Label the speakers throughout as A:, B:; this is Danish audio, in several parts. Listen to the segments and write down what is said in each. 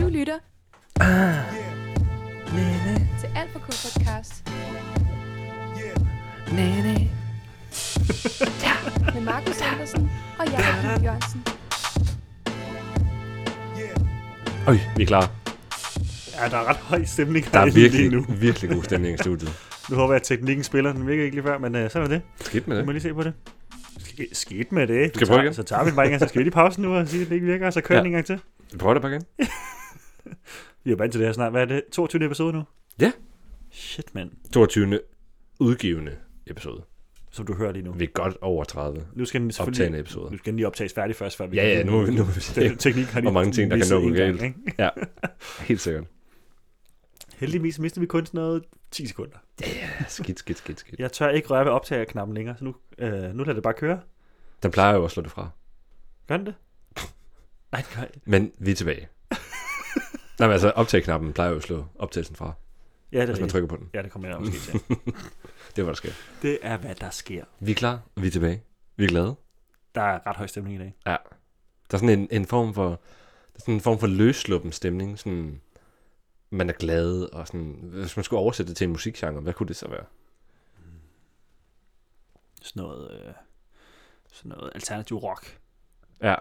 A: lytter til Alt for K podcast med Markus Andersen og Jakob Juhl Jørgensen.
B: Øj, vi er klar.
C: Ja, der er ret høj stemning
B: Der er
C: herinde
B: virkelig,
C: lige nu.
B: virkelig god stemning i studiet.
C: Nu håber jeg, at teknikken spiller. Den virker ikke lige før, men uh, sådan er det.
B: Skidt med
C: Vi
B: det.
C: må lige se på det. Sk- Skidt med det.
B: Skal jeg
C: Så
B: prøve
C: tager-
B: igen?
C: Så tager vi den bare ikke engang. Så skal vi lige pause nu og sige, at det ikke virker, og så kører
B: Ja.
C: ja. den en gang til.
B: Prøv det bare igen.
C: Vi er jo vant til det her snart. Hvad er det? 22. episode nu?
B: Ja.
C: Shit, mand.
B: 22. udgivende episode.
C: Som du hører lige nu.
B: Vi er godt over 30
C: Nu skal den selvfølgelig...
B: optagende episoder.
C: Nu skal den lige optages færdig først, før vi
B: Ja,
C: kan-
B: ja, nu må vi, nu må vi
C: Den
B: se.
C: teknik har lige
B: Og mange ting, der kan
C: misset
B: nå
C: en
B: galt.
C: gang, ikke?
B: Helt sikkert.
C: Heldigvis mister vi kun sådan noget 10 sekunder.
B: Ja, Skidt, skidt, skidt, skidt.
C: Jeg tør ikke røre ved optagerknappen længere, så nu, øh, nu lader det bare køre.
B: Den plejer jo at slå det fra.
C: Gør den det? Nej, det gør ikke.
B: Men vi er tilbage. Nej, men altså optag-knappen plejer jo at slå optagelsen fra,
C: Ja, det er
B: hvis Altså, man trykker
C: rigtigt.
B: på den.
C: Ja, det kommer jeg måske til.
B: Det er, hvad der sker.
C: Det er, hvad der sker.
B: Vi er klar, og vi er tilbage. Vi er glade.
C: Der er ret høj stemning i dag.
B: Der er sådan en, en form for der er sådan en form for løsluppen stemning, sådan man er glad, og sådan, hvis man skulle oversætte det til en musikgenre, hvad kunne det så være?
C: Sådan noget, øh, sådan noget alternativ rock.
B: Ja.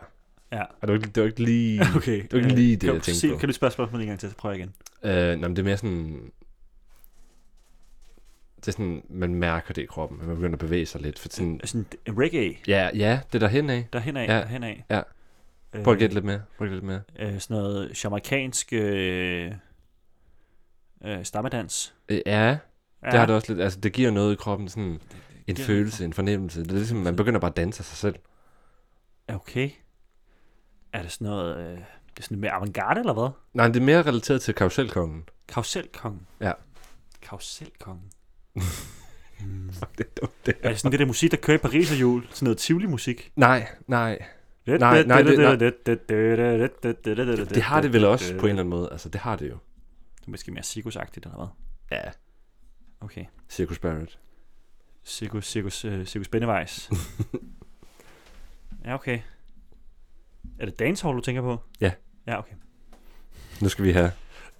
C: Ja.
B: Og det var ikke, det var ikke lige...
C: Okay. øh,
B: Det var ikke lige det,
C: kan
B: jeg
C: du
B: tænkte
C: se-
B: på.
C: Kan du spørge spørgsmålet en gang til, så prøver jeg igen.
B: øh, nej, men det er mere sådan... Det er sådan, man mærker det i kroppen, og man begynder at bevæge sig lidt, for sådan...
C: Sådan en reggae,
B: Ja, ja, det er der henad.
C: der henad,
B: Ja.
C: der henad.
B: Ja.
C: Øh,
B: Prøv at gætte lidt mere. Prøv at gætte lidt mere.
C: Øh, sådan noget jamaikansk øh, øh, stammedans.
B: Øh, ja,
C: Ja.
B: det har det også lidt... Altså, det giver noget i kroppen, sådan en
C: giver-
B: følelse, en fornemmelse. Det er ligesom, man begynder bare at danse af sig selv.
C: Er Okay. Er det sådan noget, øh, det er sådan mere avantgarde, eller hvad?
B: Nej, det er mere relateret til karuselkongen.
C: Kauselkongen.
B: Ja.
C: Kauselkongen. Hmm.
B: Fuck, det er dumt, det
C: Er det sådan det der musik, der kører i Paris og jul? Sådan noget Tivoli-musik?
B: Nej, nej. Nej, nej, det- Det, det har det vel også på en eller anden måde. Altså, det har det jo.
C: Det er måske mere cirkusagtigt, eller hvad?
B: Ja.
C: Okay.
B: Circus Barrett.
C: Cirkus, cirkus, øh, cirkus Bennevejs. ja, okay. Er det dancehall, du tænker på?
B: Ja.
C: Ja, okay.
B: Nu skal vi have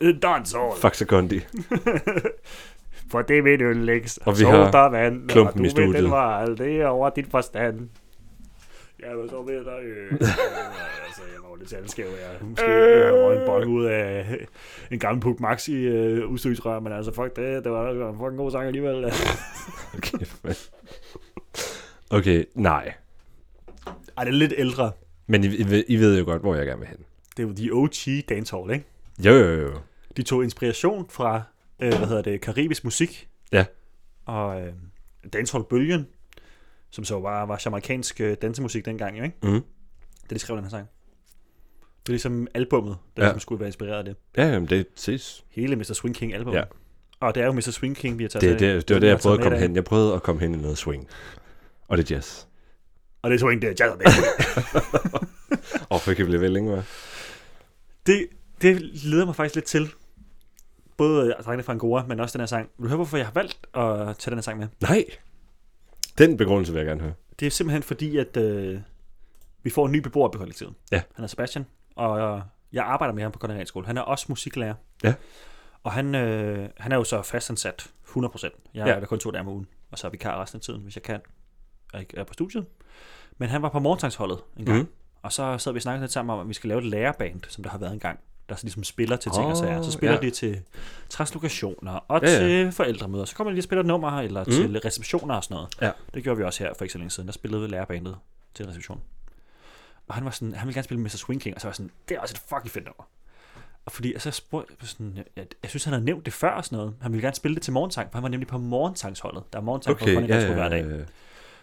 C: Øh, Dancehall!
B: Faxe Kondi.
C: For det ved du længst.
B: Og vi har
C: vand,
B: klumpen i studiet.
C: var aldrig over dit forstand. Ja, men så ved der øh, øh, altså, jeg var lidt salgskæv, jeg måske øh, røg en bong ud af en gammel Puk Max i øh, udstødsrør, men altså fuck det, det var da en fucking god sang alligevel.
B: Okay, men. okay, nej.
C: Ej, det er lidt ældre.
B: Men I, I, ved- I ved jo godt, hvor jeg gerne vil hen.
C: Det er jo de OG dancehall, ikke?
B: Jo, jo, jo.
C: De tog inspiration fra, øh, hvad hedder det, karibisk musik.
B: Ja.
C: Og øh, dancehall-bølgen, som så bare var jamaikansk øh, dansemusik dengang, jo, ikke?
B: Mm.
C: da de skrev den her sang. Det er ligesom albummet,
B: Ja.
C: der ja. ligesom skulle være inspireret af det.
B: Ja, jamen, det ses.
C: Hele Mr. Swing King albumet.
B: Ja.
C: Ja. Og det er jo Mr. Swing King, vi har taget
B: Det,
C: fat
B: det,
C: i.
B: det, det var
C: Den
B: det,
C: har
B: jeg prøvede at
C: taget
B: komme
C: med i
B: hen. Jeg prøvede at komme hen i noget swing. Og det er jazz.
C: dag. Og det er swing, det er jazz. og det er-
B: Og for kan blive vel længere.
C: det, det leder mig faktisk lidt til. Både øh, Drengene fra Angora, men også den her sang. Vil du høre, hvorfor jeg har valgt at tage den her sang med?
B: Nej. Den begrundelse vil jeg gerne høre.
C: Det er simpelthen fordi, at øh, vi får en ny beboer på kollektivet.
B: Ja.
C: Han er Sebastian, og øh, jeg arbejder med ham på konditoriskole. Han er også musiklærer.
B: Ja.
C: Og han, øh, han er jo så fastansat 100%. Jeg
B: Ja.
C: ja. er der kun to dage om ugen, og så er vikar resten af tiden, hvis jeg kan, og ikke er på studiet. Men han var på morgentagsholdet en gang,
B: Mhm.
C: mm. og så sad vi og snakkede lidt sammen om, at vi skal lave et lærerband, som der har været en gang der så ligesom spiller til ting oh, og sager. Så
B: Åh,
C: spiller
B: ja.
C: ja. de til translokationer og
B: Ja,
C: ja,
B: ja.
C: ja. til forældremøder. Så kommer de lige og spiller et nummer, eller mm. til receptioner og sådan noget. Det gjorde vi også her for ikke så længe siden. Der spillede lærerbandet til en reception. Og han var sådan, han ville gerne spille Mr. Swing King, og så var jeg sådan, det er også et fucking fedt nummer. Og fordi, og så spurgte jeg sådan, jeg, jeg, jeg synes, han havde nævnt det før og sådan noget. Han ville gerne spille det til morgensang, for han var nemlig på morgensangsholdet. Der er morgensang okay, på Grønland, ja, hver dag.
B: ja.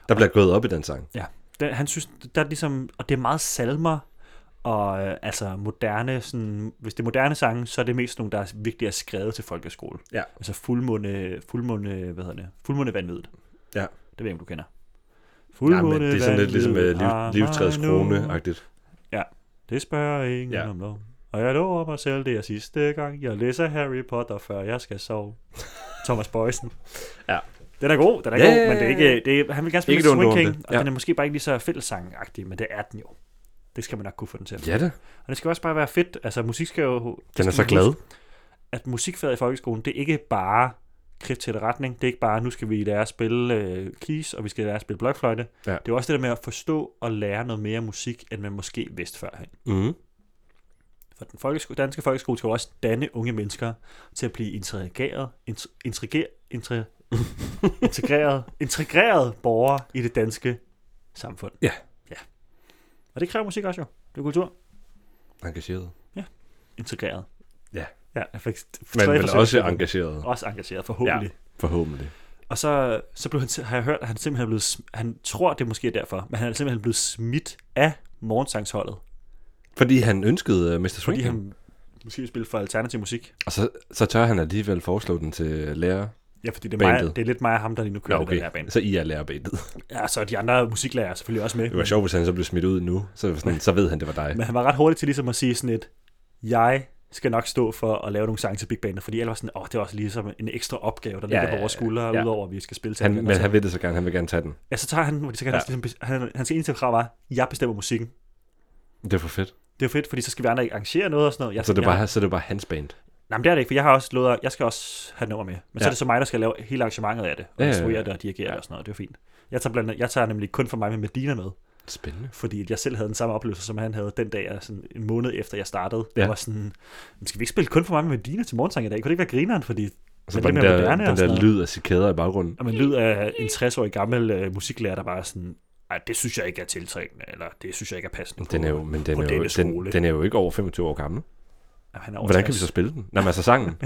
B: Der bliver gået op i den sang.
C: Ja. Den, han synes, der er ligesom, og det er meget salmer, og øh, altså moderne, sådan, hvis det er moderne sange, så er det mest nogle, der er virkelig er skrevet til folkeskole.
B: Ja.
C: Altså fuldmåne, fuldmåne, hvad hedder det? Fuldmåne vanvittigt.
B: Ja.
C: Det ved jeg ikke, om du kender.
B: Nej, men det er sådan lidt
C: vanvid
B: ligesom øh, liv,
C: har
B: livstræets
C: mig nu.
B: krone-agtigt.
C: Det spørger ingen
B: Ja.
C: ja. om lov. Og jeg lover mig selv, det er sidste gang, jeg læser Harry Potter, før jeg skal sove. Thomas Boysen.
B: Ja.
C: Den er god, den er
B: Ja, ja,
C: god,
B: ja,
C: men det er
B: ja.
C: ikke... Det er, han vil gerne spille
B: Ikke et ondt
C: Swing
B: ord om
C: King,
B: det.
C: og
B: Ja.
C: den er måske bare ikke lige så fællessangagtig, men det er den jo. Det skal man nok kunne få den til at
B: Ja da.
C: Og det skal også bare være fedt. Altså, musik skal jo...
B: Den er
C: skal
B: så
C: man
B: glad.
C: huske, At musikfaget i folkeskolen, det er ikke bare kridt til retning. Det er ikke bare, nu skal vi lære at spille øh, keys, og vi skal lære at spille blokfløjte.
B: Ja.
C: Det er jo også det der med at forstå og lære noget mere musik, end man måske vidste førhen.
B: Mm.
C: For den folkesko- danske folkeskole skal jo også danne unge mennesker til at blive integreret, int- intriger- intre- integreret, integreret borgere i det danske samfund.
B: Ja.
C: ja. Og det kræver musik også jo. Det er kultur.
B: Engageret.
C: Integreret.
B: Ja.
C: Ja, jeg fik
B: Men
C: tre
B: vel
C: forsøg.
B: også engageret.
C: Også engageret, forhåbentlig. Ja.
B: Forhåbentlig.
C: Og så, så blev han, har jeg hørt, at han simpelthen er blevet, sm- han tror det er måske derfor, men han er simpelthen blevet smidt af morgensangsholdet,
B: Fordi han ønskede uh, Mr.
C: fordi
B: Swing. Han...
C: han måske vil spille for alternativ musik.
B: Og så, så tør han alligevel foreslå den til lærer.
C: Ja, fordi det er, mig,
B: Bandet.
C: det er lidt mig og ham, der lige nu
B: Nå,
C: kører ja, okay. den her
B: okay.
C: band.
B: Så I er lærerbandet.
C: Ja, så er de andre musiklærere selvfølgelig også med.
B: Det var sjovt, hvis han så blev smidt ud nu. Så, sådan, så ved han, det var dig.
C: Men han var ret hurtig til ligesom at sige sådan et, jeg skal nok stå for at lave nogle sange til Big Bandet, fordi alle var sådan, åh, det er også ligesom en ekstra opgave, der ligger
B: ja,
C: på vores
B: ja,
C: skuldre,
B: ja.
C: udover at vi skal spille til
B: Han,
C: hinanden.
B: men
C: Så-
B: han vil det så gerne. Han vil gerne tage den.
C: Ja, så tager han, så kan han,
B: Ja.
C: også ligesom, bes- han, hans eneste krav var, jeg bestemmer musikken.
B: Det er for fedt.
C: Det er jo fedt, fordi så skal vi andre ikke arrangere noget og sådan noget. Jeg,
B: Så Altså, det er
C: jeg,
B: bare, så det er bare hans band.
C: Nej, men det er det ikke, for jeg har også lovet, at jeg skal også have et nummer med. Men ja. så
B: Ja.
C: er det så mig, der skal lave hele arrangementet af det, og
B: Ja, ja,
C: ja,
B: ja.
C: instruere det og dirigere ja. og sådan noget. Det er jo fint. Jeg tager, blandt, andet- jeg tager nemlig kun for mig med Medina med,
B: Spændende.
C: fordi at jeg selv havde den samme oplevelse, som han havde den dag, og sådan en måned efter jeg startede.
B: Ja.
C: Ja. Jeg var sådan, "Men skal vi ikke spille kun for mig med Medina til morgensang i dag? Kunne det ikke være grineren, fordi
B: Og så
C: Men
B: bare
C: det
B: den
C: med
B: der,
C: moderne og
B: den
C: sådan
B: der
C: noget.
B: lyd af cikader i baggrunden.
C: at man lyd af en 60-årig gammel øh, musiklærer, der bare er sådan, nej, det synes jeg ikke er tiltrængende, eller det synes jeg ikke er passende
B: Den
C: på.
B: er jo, men den
C: på
B: er jo,
C: denne skole.
B: den, den er jo ikke over 25 år gammel.
C: Jamen, han er
B: Hvordan kan
C: 60.
B: vi så spille den? Nej, men altså sangen.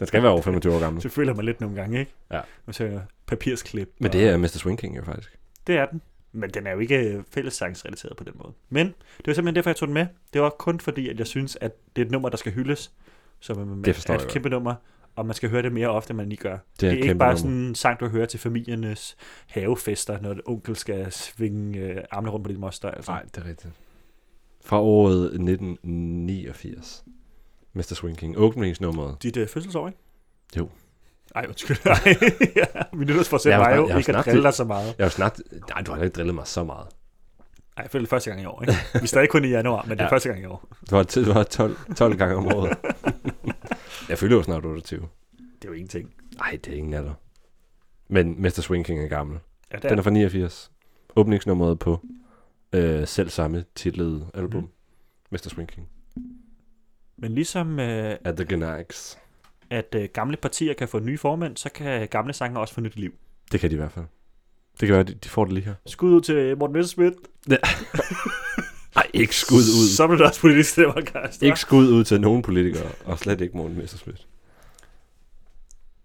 B: den skal være over 25 år gammel.
C: Så føler man lidt nogle gange, ikke?
B: Ja.
C: Man ser papirsklip.
B: Men
C: og-
B: det er Mr. Swing King jo faktisk.
C: Det er den. Men den er jo ikke øh, fællessangsrelateret på den måde. Men det var simpelthen derfor, jeg tog den med. Det var kun fordi, at jeg synes, at det er et nummer, der skal hyldes. Som
B: Det forstår
C: er et
B: jeg
C: kæmpe nummer. Og man skal høre det mere ofte, end man lige gør.
B: Det er et
C: ikke
B: kæmpe
C: bare
B: nummer.
C: sådan en sang, du hører til familiernes havefester, når onkel skal svinge øh, armene rundt på dit moster. Altså.
B: Nej, det er rigtigt. Fra året 1989. Mr. Swing King. Åbningsnummeret.
C: Dit øh, fødselsår, ikke?
B: Jo.
C: Ej, undskyld. Ej, ja, min nytårsforsæt
B: Jeg har
C: var
B: snak-
C: jo
B: jeg har
C: ikke at
B: snakket-
C: drille dig så meget.
B: Jeg har jo snart... Nej, du har ikke drillet mig så meget.
C: Ej, jeg føler det er første gang i år, ikke? Vi er stadig kun i januar, men det er
B: Ja.
C: første gang i år.
B: Du har, t- du har 12, 12 gange om året. jeg føler jo snart 28.
C: Det er jo ingenting.
B: Nej, det er ingen alder. Men Mr. Swing King er gammel.
C: Ja, det
B: Den er fra 89. Åbningsnummeret på øh, selv samme titlede album.
C: Mhm.
B: Mm. Mr. Swing King.
C: Men ligesom øh,
B: At the Gnags.
C: at øh, gamle partier kan få nye formænd, så kan gamle sanger også få nyt liv.
B: Det kan de i hvert fald. Det kan være, de, de får det lige her.
C: Skud ud til Morten Messerschmidt.
B: Nej, ikke skud ud.
C: Så blev det også politisk stemmer, Karsten.
B: Ikke skud ud til nogen politikere, og slet ikke Morten Messerschmidt.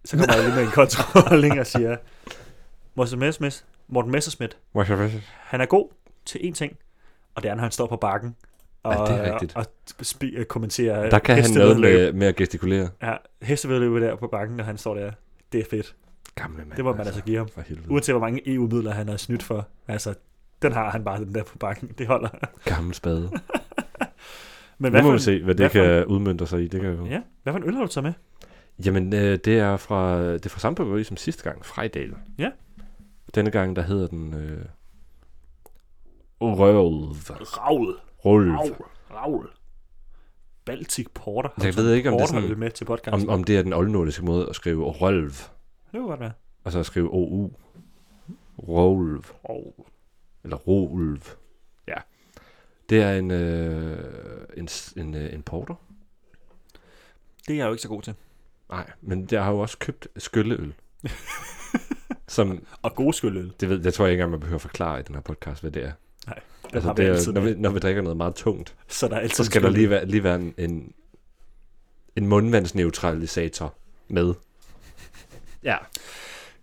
C: Så kommer jeg lige med en kontrolling og siger, Morten Messerschmidt, Morten Messerschmidt, han er god til én ting, og det er, når han står på bakken og,
B: Ja, det er rigtigt.
C: og spi- øh, kommenterer
B: Der kan han noget
C: hestevedløb.
B: med, med at gestikulere.
C: Ja, hestevedløbet der på bakken, når han står der. Det er fedt.
B: Gamle mand.
C: Det må man altså give ham.
B: For helvede.
C: Uanset hvor mange EU-midler han har snydt for. Altså, den har han bare den der på bakken. Det holder.
B: Gammel spade.
C: Men
B: Nu må
C: for
B: vi
C: en-
B: se, hvad
C: hvad
B: det
C: for
B: kan udmyndte sig i. Det kan jeg jo.
C: Ja, hvad for en øl har du taget med?
B: Jamen, øh, det er fra, det er fra samme bryggeri som sidste gang, Frejdal.
C: Ja.
B: Denne gang, der hedder den... Øh, Rølv.
C: Ravl.
B: Rølv.
C: Ravl. Ravl. Baltic Porter. Har
B: Altså, Jeg
C: du
B: ved ikke, om det, er
C: Porter øl
B: sådan,
C: med til podcasten.
B: om, om det er den oldnordiske måde at skrive Rølv,
C: Det kunne godt være.
B: og så at skrive OU. Rolv.
C: Ravl.
B: eller Rolv. Ja. Det er en, øh, en, s- en, øh, en porter.
C: Det er jeg jo ikke så god til.
B: Nej, men jeg har jo også købt skylleøl. som,
C: Og gode skyldøl.
B: det ved, jeg tror jeg ikke engang, man behøver at forklare i den her podcast, hvad det er.
C: Det
B: Altså,
C: har vi
B: det er,
C: altid
B: når,
C: med.
B: vi, når vi drikker noget meget tungt,
C: Så der er altid
B: så
C: en
B: skal der
C: skyld øl.
B: lige være, lige være en, en, en mundvandsneutralisator med. Ja,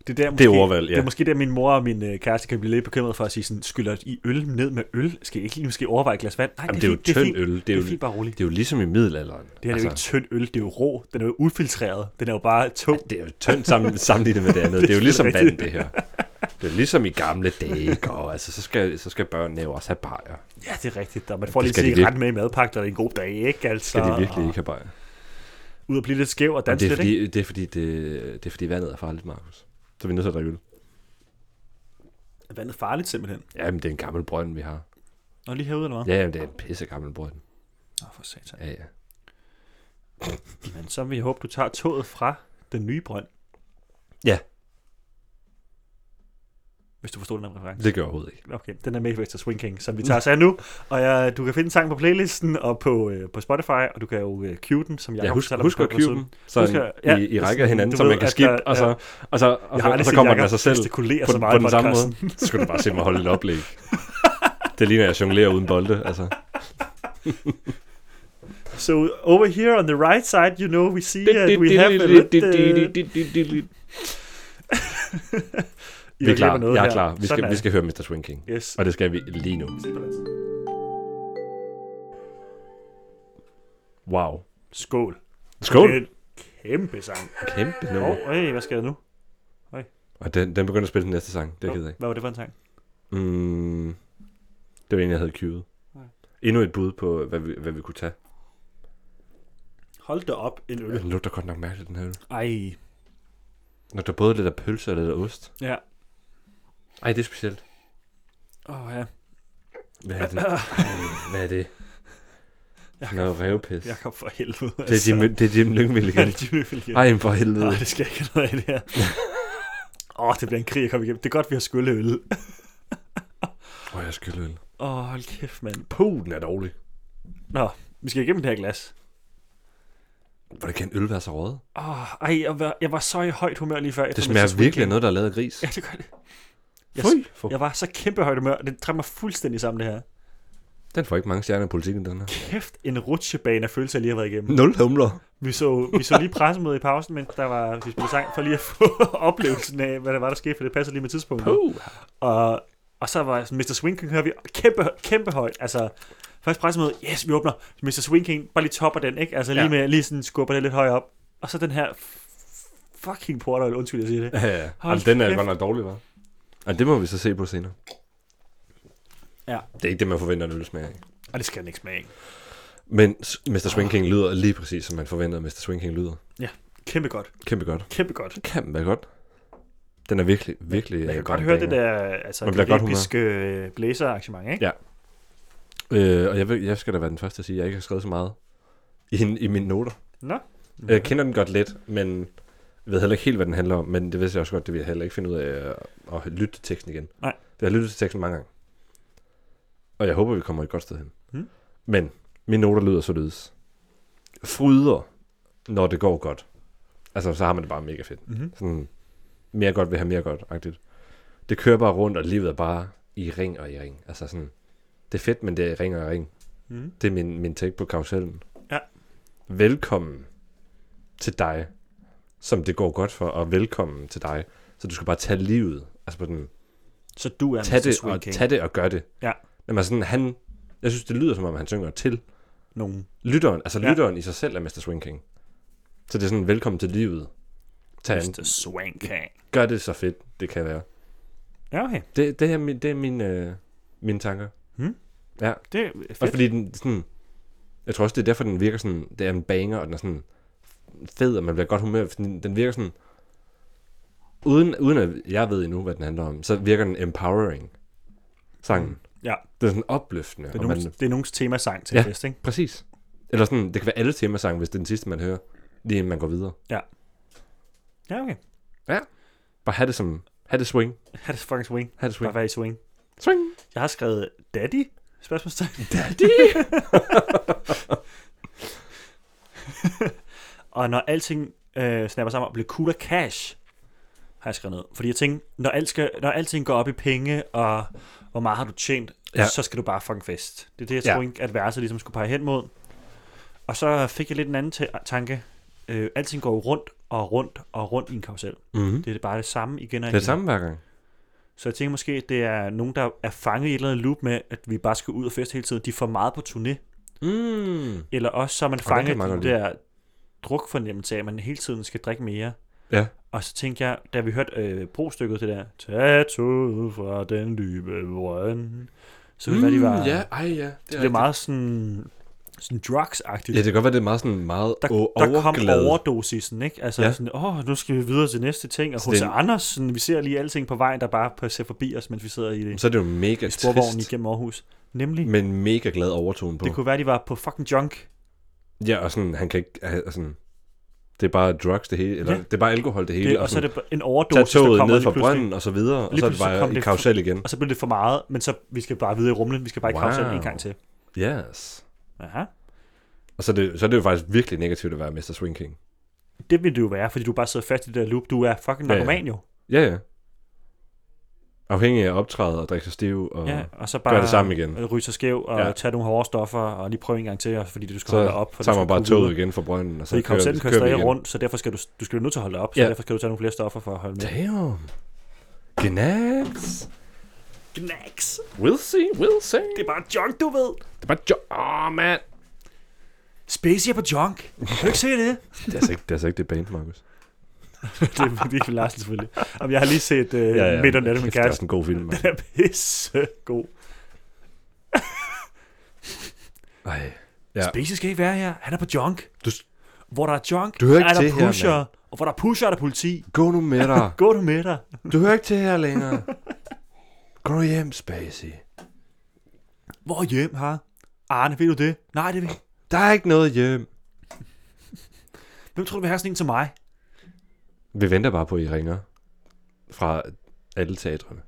C: det er, der,
B: det
C: måske,
B: er ordvalg,
C: Ja. Det
B: ja.
C: er måske der, min mor og min øh, kæreste kan blive lidt bekymret for at sige sådan, skyller I øl ned med øl? Skal I ikke lige måske overveje et glas vand? Nej,
B: Jamen,
C: det,
B: det
C: er
B: er jo
C: fint, det er
B: tynd
C: fint.
B: øl. Det
C: Det
B: er
C: er
B: jo,
C: fint, bare roligt.
B: det er jo ligesom i middelalderen.
C: Det her altså. er jo ikke tynd øl, det er jo rå. Den er jo ufiltreret. Den er jo bare tung.
B: Det er jo tyndt sammen, sammenlignet med det andet. det, er jo ligesom
C: selvfølgelig
B: vand, det her. Det er ligesom i gamle dage, ikke? og altså, så skal, så skal børnene jo også have bajer.
C: Ja, det er rigtigt. Og man får
B: Det
C: lige
B: skal de
C: sige
B: virke-
C: ret med i madpakken, og det er en god dag, ikke? Altså,
B: Skal de virkelig ikke have bajer?
C: Ud at blive lidt skæv og
B: Jamen,
C: danse
B: det, er
C: lidt, ikke?
B: fordi, det, er fordi, det, det er fordi vandet er farligt, Markus. Så er vi nødt til at drikke øl.
C: Er vandet farligt simpelthen?
B: Jamen, det er en gammel brønd, vi har.
C: Og lige herude, eller hvad?
B: Ja, jamen, det er en pisse gammel brød.
C: Åh, for satan.
B: Ja, ja.
C: Men så vil jeg håbe, du tager toget fra den nye brønd.
B: Ja.
C: Hvis du forstod den her reference.
B: Det gør jeg overhovedet ikke.
C: Okay, den er med i Vester Swing King, som vi tager os af nu. Og jeg, du kan finde sangen på playlisten og på, øh, på Spotify, og du kan jo øh, cue den, som jeg
B: Ja,
C: har
B: husk,
C: fortalt om
B: husk
C: på
B: at
C: et par
B: købe
C: siden.
B: dem, så
C: Husk
B: husk,
C: at- ja,
B: I, I
C: det er
B: rækker
C: sådan,
B: hinanden,
C: du
B: så
C: ved,
B: man kan
C: at
B: skifte,
C: der-
B: og så, og så, og
C: Jeg
B: så, og
C: har aldrig
B: så
C: set
B: kommer den
C: Jacob
B: af sig selv
C: gestikulere
B: på,
C: så
B: den-
C: meget
B: på
C: i
B: den samme
C: podcasten.
B: måde. Så skal du bare se mig holde et oplæg. Det ligner, jeg jonglerer uden bolde, altså.
C: So over here on the right side, you know, we see that we have a lidt... øh,
B: Vi er
C: irriterende
B: klar,
C: noget
B: jeg er
C: her.
B: klar. Vi
C: Sådan
B: skal,
C: er
B: vi
C: det.
B: skal høre Mr. Swing King.
C: Yes.
B: Og det skal vi lige nu. Wow.
C: Skål.
B: Skål!
C: Det er en kæmpe sang.
B: Kæmpe
C: Åh,
B: nummer.
C: oh, hey, hvad sker der nu?
B: Og den, den begynder at spille den næste sang. Det er jeg ked af.
C: Hvad var det for en sang?
B: Mm, det var en, jeg havde cued.
C: Nej.
B: Endnu et bud på, hvad vi, hvad vi kunne tage.
C: Hold da op, en øl.
B: Den lugter godt nok mærkeligt, den her øl.
C: Ej.
B: Lugter både lidt af pølse og lidt af ost.
C: Ja.
B: Ej, det er specielt.
C: Åh, oh, ja.
B: Hvad er det? Ej, hvad er det? Noget revpis.
C: Jakob, for helvede.
B: Det er Jim, det er Jim Lyngvild
C: Ja,
B: igen.
C: det er Jimmy Fallon.
B: Ej, for helvede.
C: Nej, det skal jeg ikke have noget af det her. Åh, oh, det bliver en krig at komme igennem. Det er godt, vi har skylde øl.
B: Åh, oh, jeg skylder øl.
C: Åh, oh, hold kæft, mand.
B: Puh, den er dårlig.
C: Nå, vi skal igennem det her glas.
B: Hvordan kan en øl være så rød?
C: Åh, oh, ej, jeg var, jeg var så i højt humør lige før. efter
B: Det
C: Mr.
B: smager
C: Swing
B: virkelig af
C: King.
B: noget, der er lavet af gris.
C: Ja, det gør det. Jeg,
B: Føj, for.
C: jeg var så kæmpe højt humør. Det trækker mig fuldstændig sammen, det her.
B: Den får ikke mange stjerner i politikken, den her.
C: Kæft, en rutsjebane af følelser, jeg lige har været igennem.
B: Nul humler.
C: Vi så, vi så lige pressemøde i pausen, mens der var, vi spillede sang, for lige at få oplevelsen af, hvad der var, der skete, for det passer lige med tidspunktet.
B: Puh.
C: Og, og så var jeg sådan, Mr. Swinking, hører vi kæmpe, kæmpe højt. Altså, først pressemøde, yes, vi åbner. Mr. Swinking, bare lige topper den, ikke? Altså lige,
B: Ja.
C: med, lige sådan skubber det lidt højere op. Og så den her f- fucking porterøl, undskyld, jeg siger det.
B: Ja, ja.
C: Hold
B: Jamen, den er
C: kæft.
B: godt nok dårlig, hva'? Ja, det må vi så se på senere.
C: Ja.
B: Det er ikke det, man forventer, en øl smager af.
C: Og det skal den ikke smage, ikke?
B: Men s- Mr. Swing King lyder lige præcis, som man forventer, Mr. Swing King lyder.
C: Kæmpe godt,
B: Kæmpe godt.
C: kæmpe godt.
B: Kan være godt. Den er virkelig, virkelig...
C: Jeg
B: øh,
C: kan
B: godt
C: godt høre det
B: banger.
C: der, altså,
B: Man bliver godt
C: olympiske blæserarrangement, ikke?
B: Ja. Øh, og jeg, vil, jeg skal da være den første at sige, at jeg ikke har skrevet så meget i, i mine noter.
C: Nå.
B: Mm-hmm. Jeg kender den godt lidt, men jeg ved heller ikke helt, hvad den handler om, men det vidste jeg også godt, det vil jeg heller ikke finde ud af øh, at lytte til teksten igen.
C: Nej.
B: Jeg har lyttet til teksten mange gange. Og jeg håber, vi kommer et godt sted hen.
C: Mm.
B: Men mine noter lyder således. Fryder, når det går godt. Altså, så har man det bare mega fedt.
C: Mm-hmm.
B: Sådan, mere godt vil have mere godt-agtigt. Det kører bare rundt, og livet er bare i ring og i ring. Altså sådan, det er fedt, men det er i ring og i ring.
C: Mm-hmm.
B: Det er min, min take på karusellen.
C: Ja.
B: Velkommen til dig, som det går godt for, og velkommen til dig. Så du skal bare tage livet. Altså på den,
C: Så du er
B: tag
C: Mr.
B: det, og,
C: Swinking.
B: tag det og gør det.
C: Ja.
B: Jamen, altså sådan, han, jeg synes, det lyder som om, han synger til
C: Nogen.
B: lytteren. Altså
C: Ja.
B: ja. lytteren i sig selv er Mr. Swing King. Så det er sådan, velkommen til livet. Tag an.
C: Mr. Swanky.
B: Gør det så fedt, det kan være.
C: Ja, okay.
B: Det, det, er, min, det er min, øh, mine tanker.
C: Det er
B: Også
C: fedt.
B: fordi den sådan... Jeg tror også, det er derfor, den virker sådan... Det er en banger, og den er sådan fed, og man bliver i godt humør. Fordi den den virker sådan... Uden, uden at jeg ved endnu, hvad den handler om, så virker den empowering. Sangen. Mm.
C: Ja.
B: Det er sådan opløftende.
C: Det er,
B: og
C: nogens,
B: man,
C: det er nogens temasang til
B: Ja.
C: ja. fest, ikke?
B: præcis. Eller sådan, det kan være alle temasange, hvis det er den sidste, man hører, lige inden man går videre.
C: Ja, okay.
B: Bare have det som... Have det swing.
C: Ha' det fucking swing.
B: Have det
C: Bare
B: swing.
C: være i swing.
B: Swing!
C: Jeg har skrevet daddy? Spørgsmålstegn. og når alting øh, snapper sammen og bliver cool af cash, har jeg skrevet ned. Fordi jeg tænkte, når, alt skal, når alting går op i penge, og hvor meget har du tjent, ja.
B: Ja.
C: så skal du bare fucking fest. Det er det, jeg
B: Ja.
C: tror, ikke, at verset ligesom skulle pege hen mod. Og så fik jeg lidt en anden ta- tanke. Øh, alting går jo rundt og rundt og rundt i en karusel.
B: Mm-hmm.
C: Det er bare det samme igen og
B: Det er
C: igen.
B: det samme hver gang.
C: Så jeg tænker måske, at det er nogen, der er fanget i et eller andet loop med, at vi bare skal ud og feste hele tiden. De er for meget på turné.
B: Mm.
C: Eller også så er man
B: kan jeg
C: fanget i
B: meget
C: den
B: godt lide.
C: der drukfornemmelse af, at man hele tiden skal drikke mere.
B: Ja.
C: Og så tænkte jeg, da vi hørte øh, brostykket, det der Tattoo fra den dybe brønd Så det mm, være, de var...
B: Ja, ej ja.
C: det blev meget sådan Sådan drugs-agtigt.
B: Ja, det kan godt være, det er meget sådan meget
C: der,
B: o-
C: der kom
B: overglad.
C: overdosisen, ikke? Altså
B: Ja.
C: ja. sådan, åh, nu skal vi videre til næste ting. Og
B: Så
C: hos
B: det er en-
C: Andersen, vi ser lige alting på vejen, der bare passerer forbi os, mens vi sidder i, det,
B: Så er det jo mega
C: i sporvognen
B: trist,
C: igennem Aarhus. Nemlig, Men,
B: men mega glad overtone på.
C: det kunne være, de var på fucking junk.
B: Ja, og sådan, han kan ikke... Altså, sådan, det er bare drugs det hele, eller
C: Ja.
B: det er bare alkohol det hele.
C: Det, og så er det bare en overdosis,
B: tage
C: der
B: toget
C: kommer
B: ned
C: lige
B: fra
C: pludselig.
B: brønden og så videre, og
C: Lige
B: så er det
C: pludselig så kom
B: bare i
C: det-
B: karusel igen.
C: Og så blev det for meget, men så vi skal bare videre i rumlen. Vi skal bare ikke wow.
B: Wow.
C: en gang til.
B: Yes.
C: Aha.
B: Og så er, det, så er det jo faktisk virkelig negativt at være Mr. Swing King.
C: Det vil det jo være, fordi du bare sidder fast i det der loop. Du er fucking
B: Ja, ja.
C: narkoman jo.
B: Ja, ja. Afhængig af at optræde og drikke sig stiv, og
C: Ja,
B: ja.
C: og så bare
B: gør det samme igen.
C: øh, ryge sig skæv og
B: Ja.
C: ja. tage nogle hårde stoffer og lige prøve en gang til, og- fordi du skal
B: Så
C: holde dig op. for
B: tager
C: du
B: man
C: skal
B: bare
C: kunne
B: toget
C: videre.
B: igen fra brønden, og
C: Så i
B: så kører,
C: karusellen kører
B: kører vi
C: stadig
B: igen.
C: rundt, så derfor skal du, du skal jo nødt til at holde dig op, så
B: Ja.
C: derfor skal du tage nogle flere stoffer for at holde med.
B: Damn. Gnags.
C: Knacks!
B: We'll see, we'll see.
C: Det er bare junk, du ved!
B: Det er bare jo... Åh, oh, mand.
C: Spacey er på junk! Kan du ikke se det?
B: Det er altså ikke det, er altså ikke det band, Markus.
C: det er virkelig Larsen selvfølgelig. Jamen, jeg har lige set uh,
B: Ja, ja.
C: Midt om natten med
B: Kæft, Det er
C: kæresten.
B: også en god film,
C: Den
B: Markus.
C: er pissegod.
B: Ej.
C: Ja.
B: Ja.
C: Spacey skal ikke være her. Han er på junk.
B: Du,
C: Hvor der er junk,
B: Du hører ikke
C: er der
B: til her,
C: pusher.
B: mand.
C: og hvor der er pusher, er der politi.
B: gå nu med dig.
C: Gå du med dig.
B: Du hører ikke til her længere. Gå nu hjem, Spacey.
C: Hvor er hjem, har? Arne, ved du det? Nej, det ved jeg.
B: Der er ikke noget hjem.
C: Hvem tror du vil have sådan en til mig?
B: Vi venter bare på, at I ringer fra alle teatrene.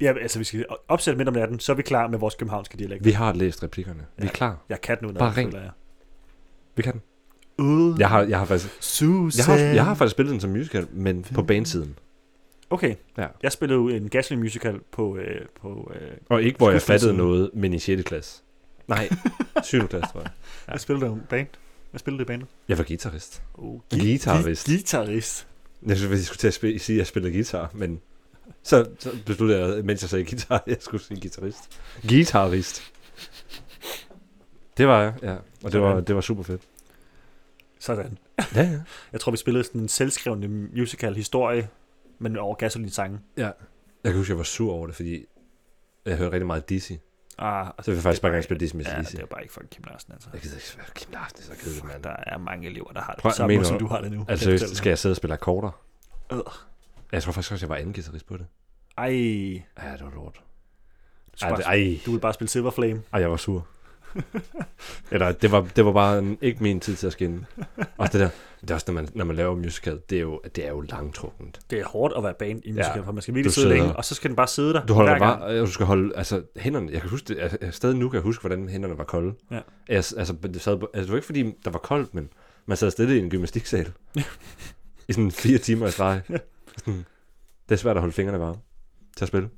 C: Ja, altså, vi skal opsætte midt om natten, så er vi klar med vores københavnske dialekt.
B: Vi har læst replikkerne. Vi er klar.
C: Jeg kan den uden
B: Bare ring. Vi kan den.
C: Ude.
B: Jeg har, jeg har faktisk,
C: Susan.
B: jeg har, jeg har faktisk spillet den som musical, men på banesiden.
C: Okay.
B: Ja.
C: Jeg spillede jo en Gasoline Musical på... Øh, på øh,
B: Og ikke, hvor jeg
C: Skuespilsiden.
B: fattede noget, men i 6. klasse. Nej, 7. klasse, tror jeg.
C: Jeg spillede jo band. Jeg spillede det bandet.
B: Jeg var guitarist.
C: Oh,
B: Guitarist.
C: Guitarist.
B: Jeg synes, at jeg skulle til at spille, sige, at jeg spillede guitar, men så, så besluttede jeg, mens jeg sagde guitar, at jeg skulle sige guitarist. Guitarist. Det var jeg, ja. Og det var,
C: Sådan.
B: det var super fedt.
C: Sådan.
B: Ja, ja.
C: Jeg tror, vi spillede sådan en selvskrevne musical historie, men over Gasoline sange.
B: Jeg kan huske, at jeg var sur over det, fordi jeg hørte rigtig meget Dizzy.
C: Ah, og
B: Så vil jeg
C: det
B: faktisk
C: var-
B: bare gerne spille Disney
C: Ja,
B: Disney.
C: det er bare ikke fucking Kim Larsen, altså.
B: Jeg gider ikke spille Kim Larsen, det er så kedeligt, mand.
C: Der er mange elever, der har det
B: Prøv,
C: på samme
B: mener
C: måde, som
B: du-
C: du har det nu.
B: Altså,
C: Kan jeg
B: seriøst,
C: fortælle
B: skal jeg sidde og spille akkorder?
C: Øh.
B: Jeg tror faktisk også, jeg var anden guitarist på det.
C: dig. Ej,
B: Ja, det var lort.
C: du,
B: Ej,
C: skal
B: det,
C: bare,
B: ej,
C: du vil bare spille Silver Flame.
B: ej, jeg var sur. Eller, det var, det var bare en, ikke min tid til at skinne. Og det der, det er også, når man, når man laver musical, det er jo, det er jo langtrukkent.
C: Det er hårdt at være band i en musical,
B: Ja.
C: for man skal virkelig
B: Du
C: sidde
B: sidder-
C: længe, og så skal den bare sidde der.
B: Du holder
C: hver
B: dig bare,
C: gang.
B: og du skal holde, altså hænderne, jeg kan huske det, altså, jeg- stadig nu kan jeg huske, hvordan hænderne var kolde.
C: Ja.
B: Jeg, altså, det sad, på- altså, det var ikke fordi, der var koldt, men man sad stille i en gymnastiksal. I sådan fire timer i streg. Sådan, det er svært at holde fingrene varme til at spille.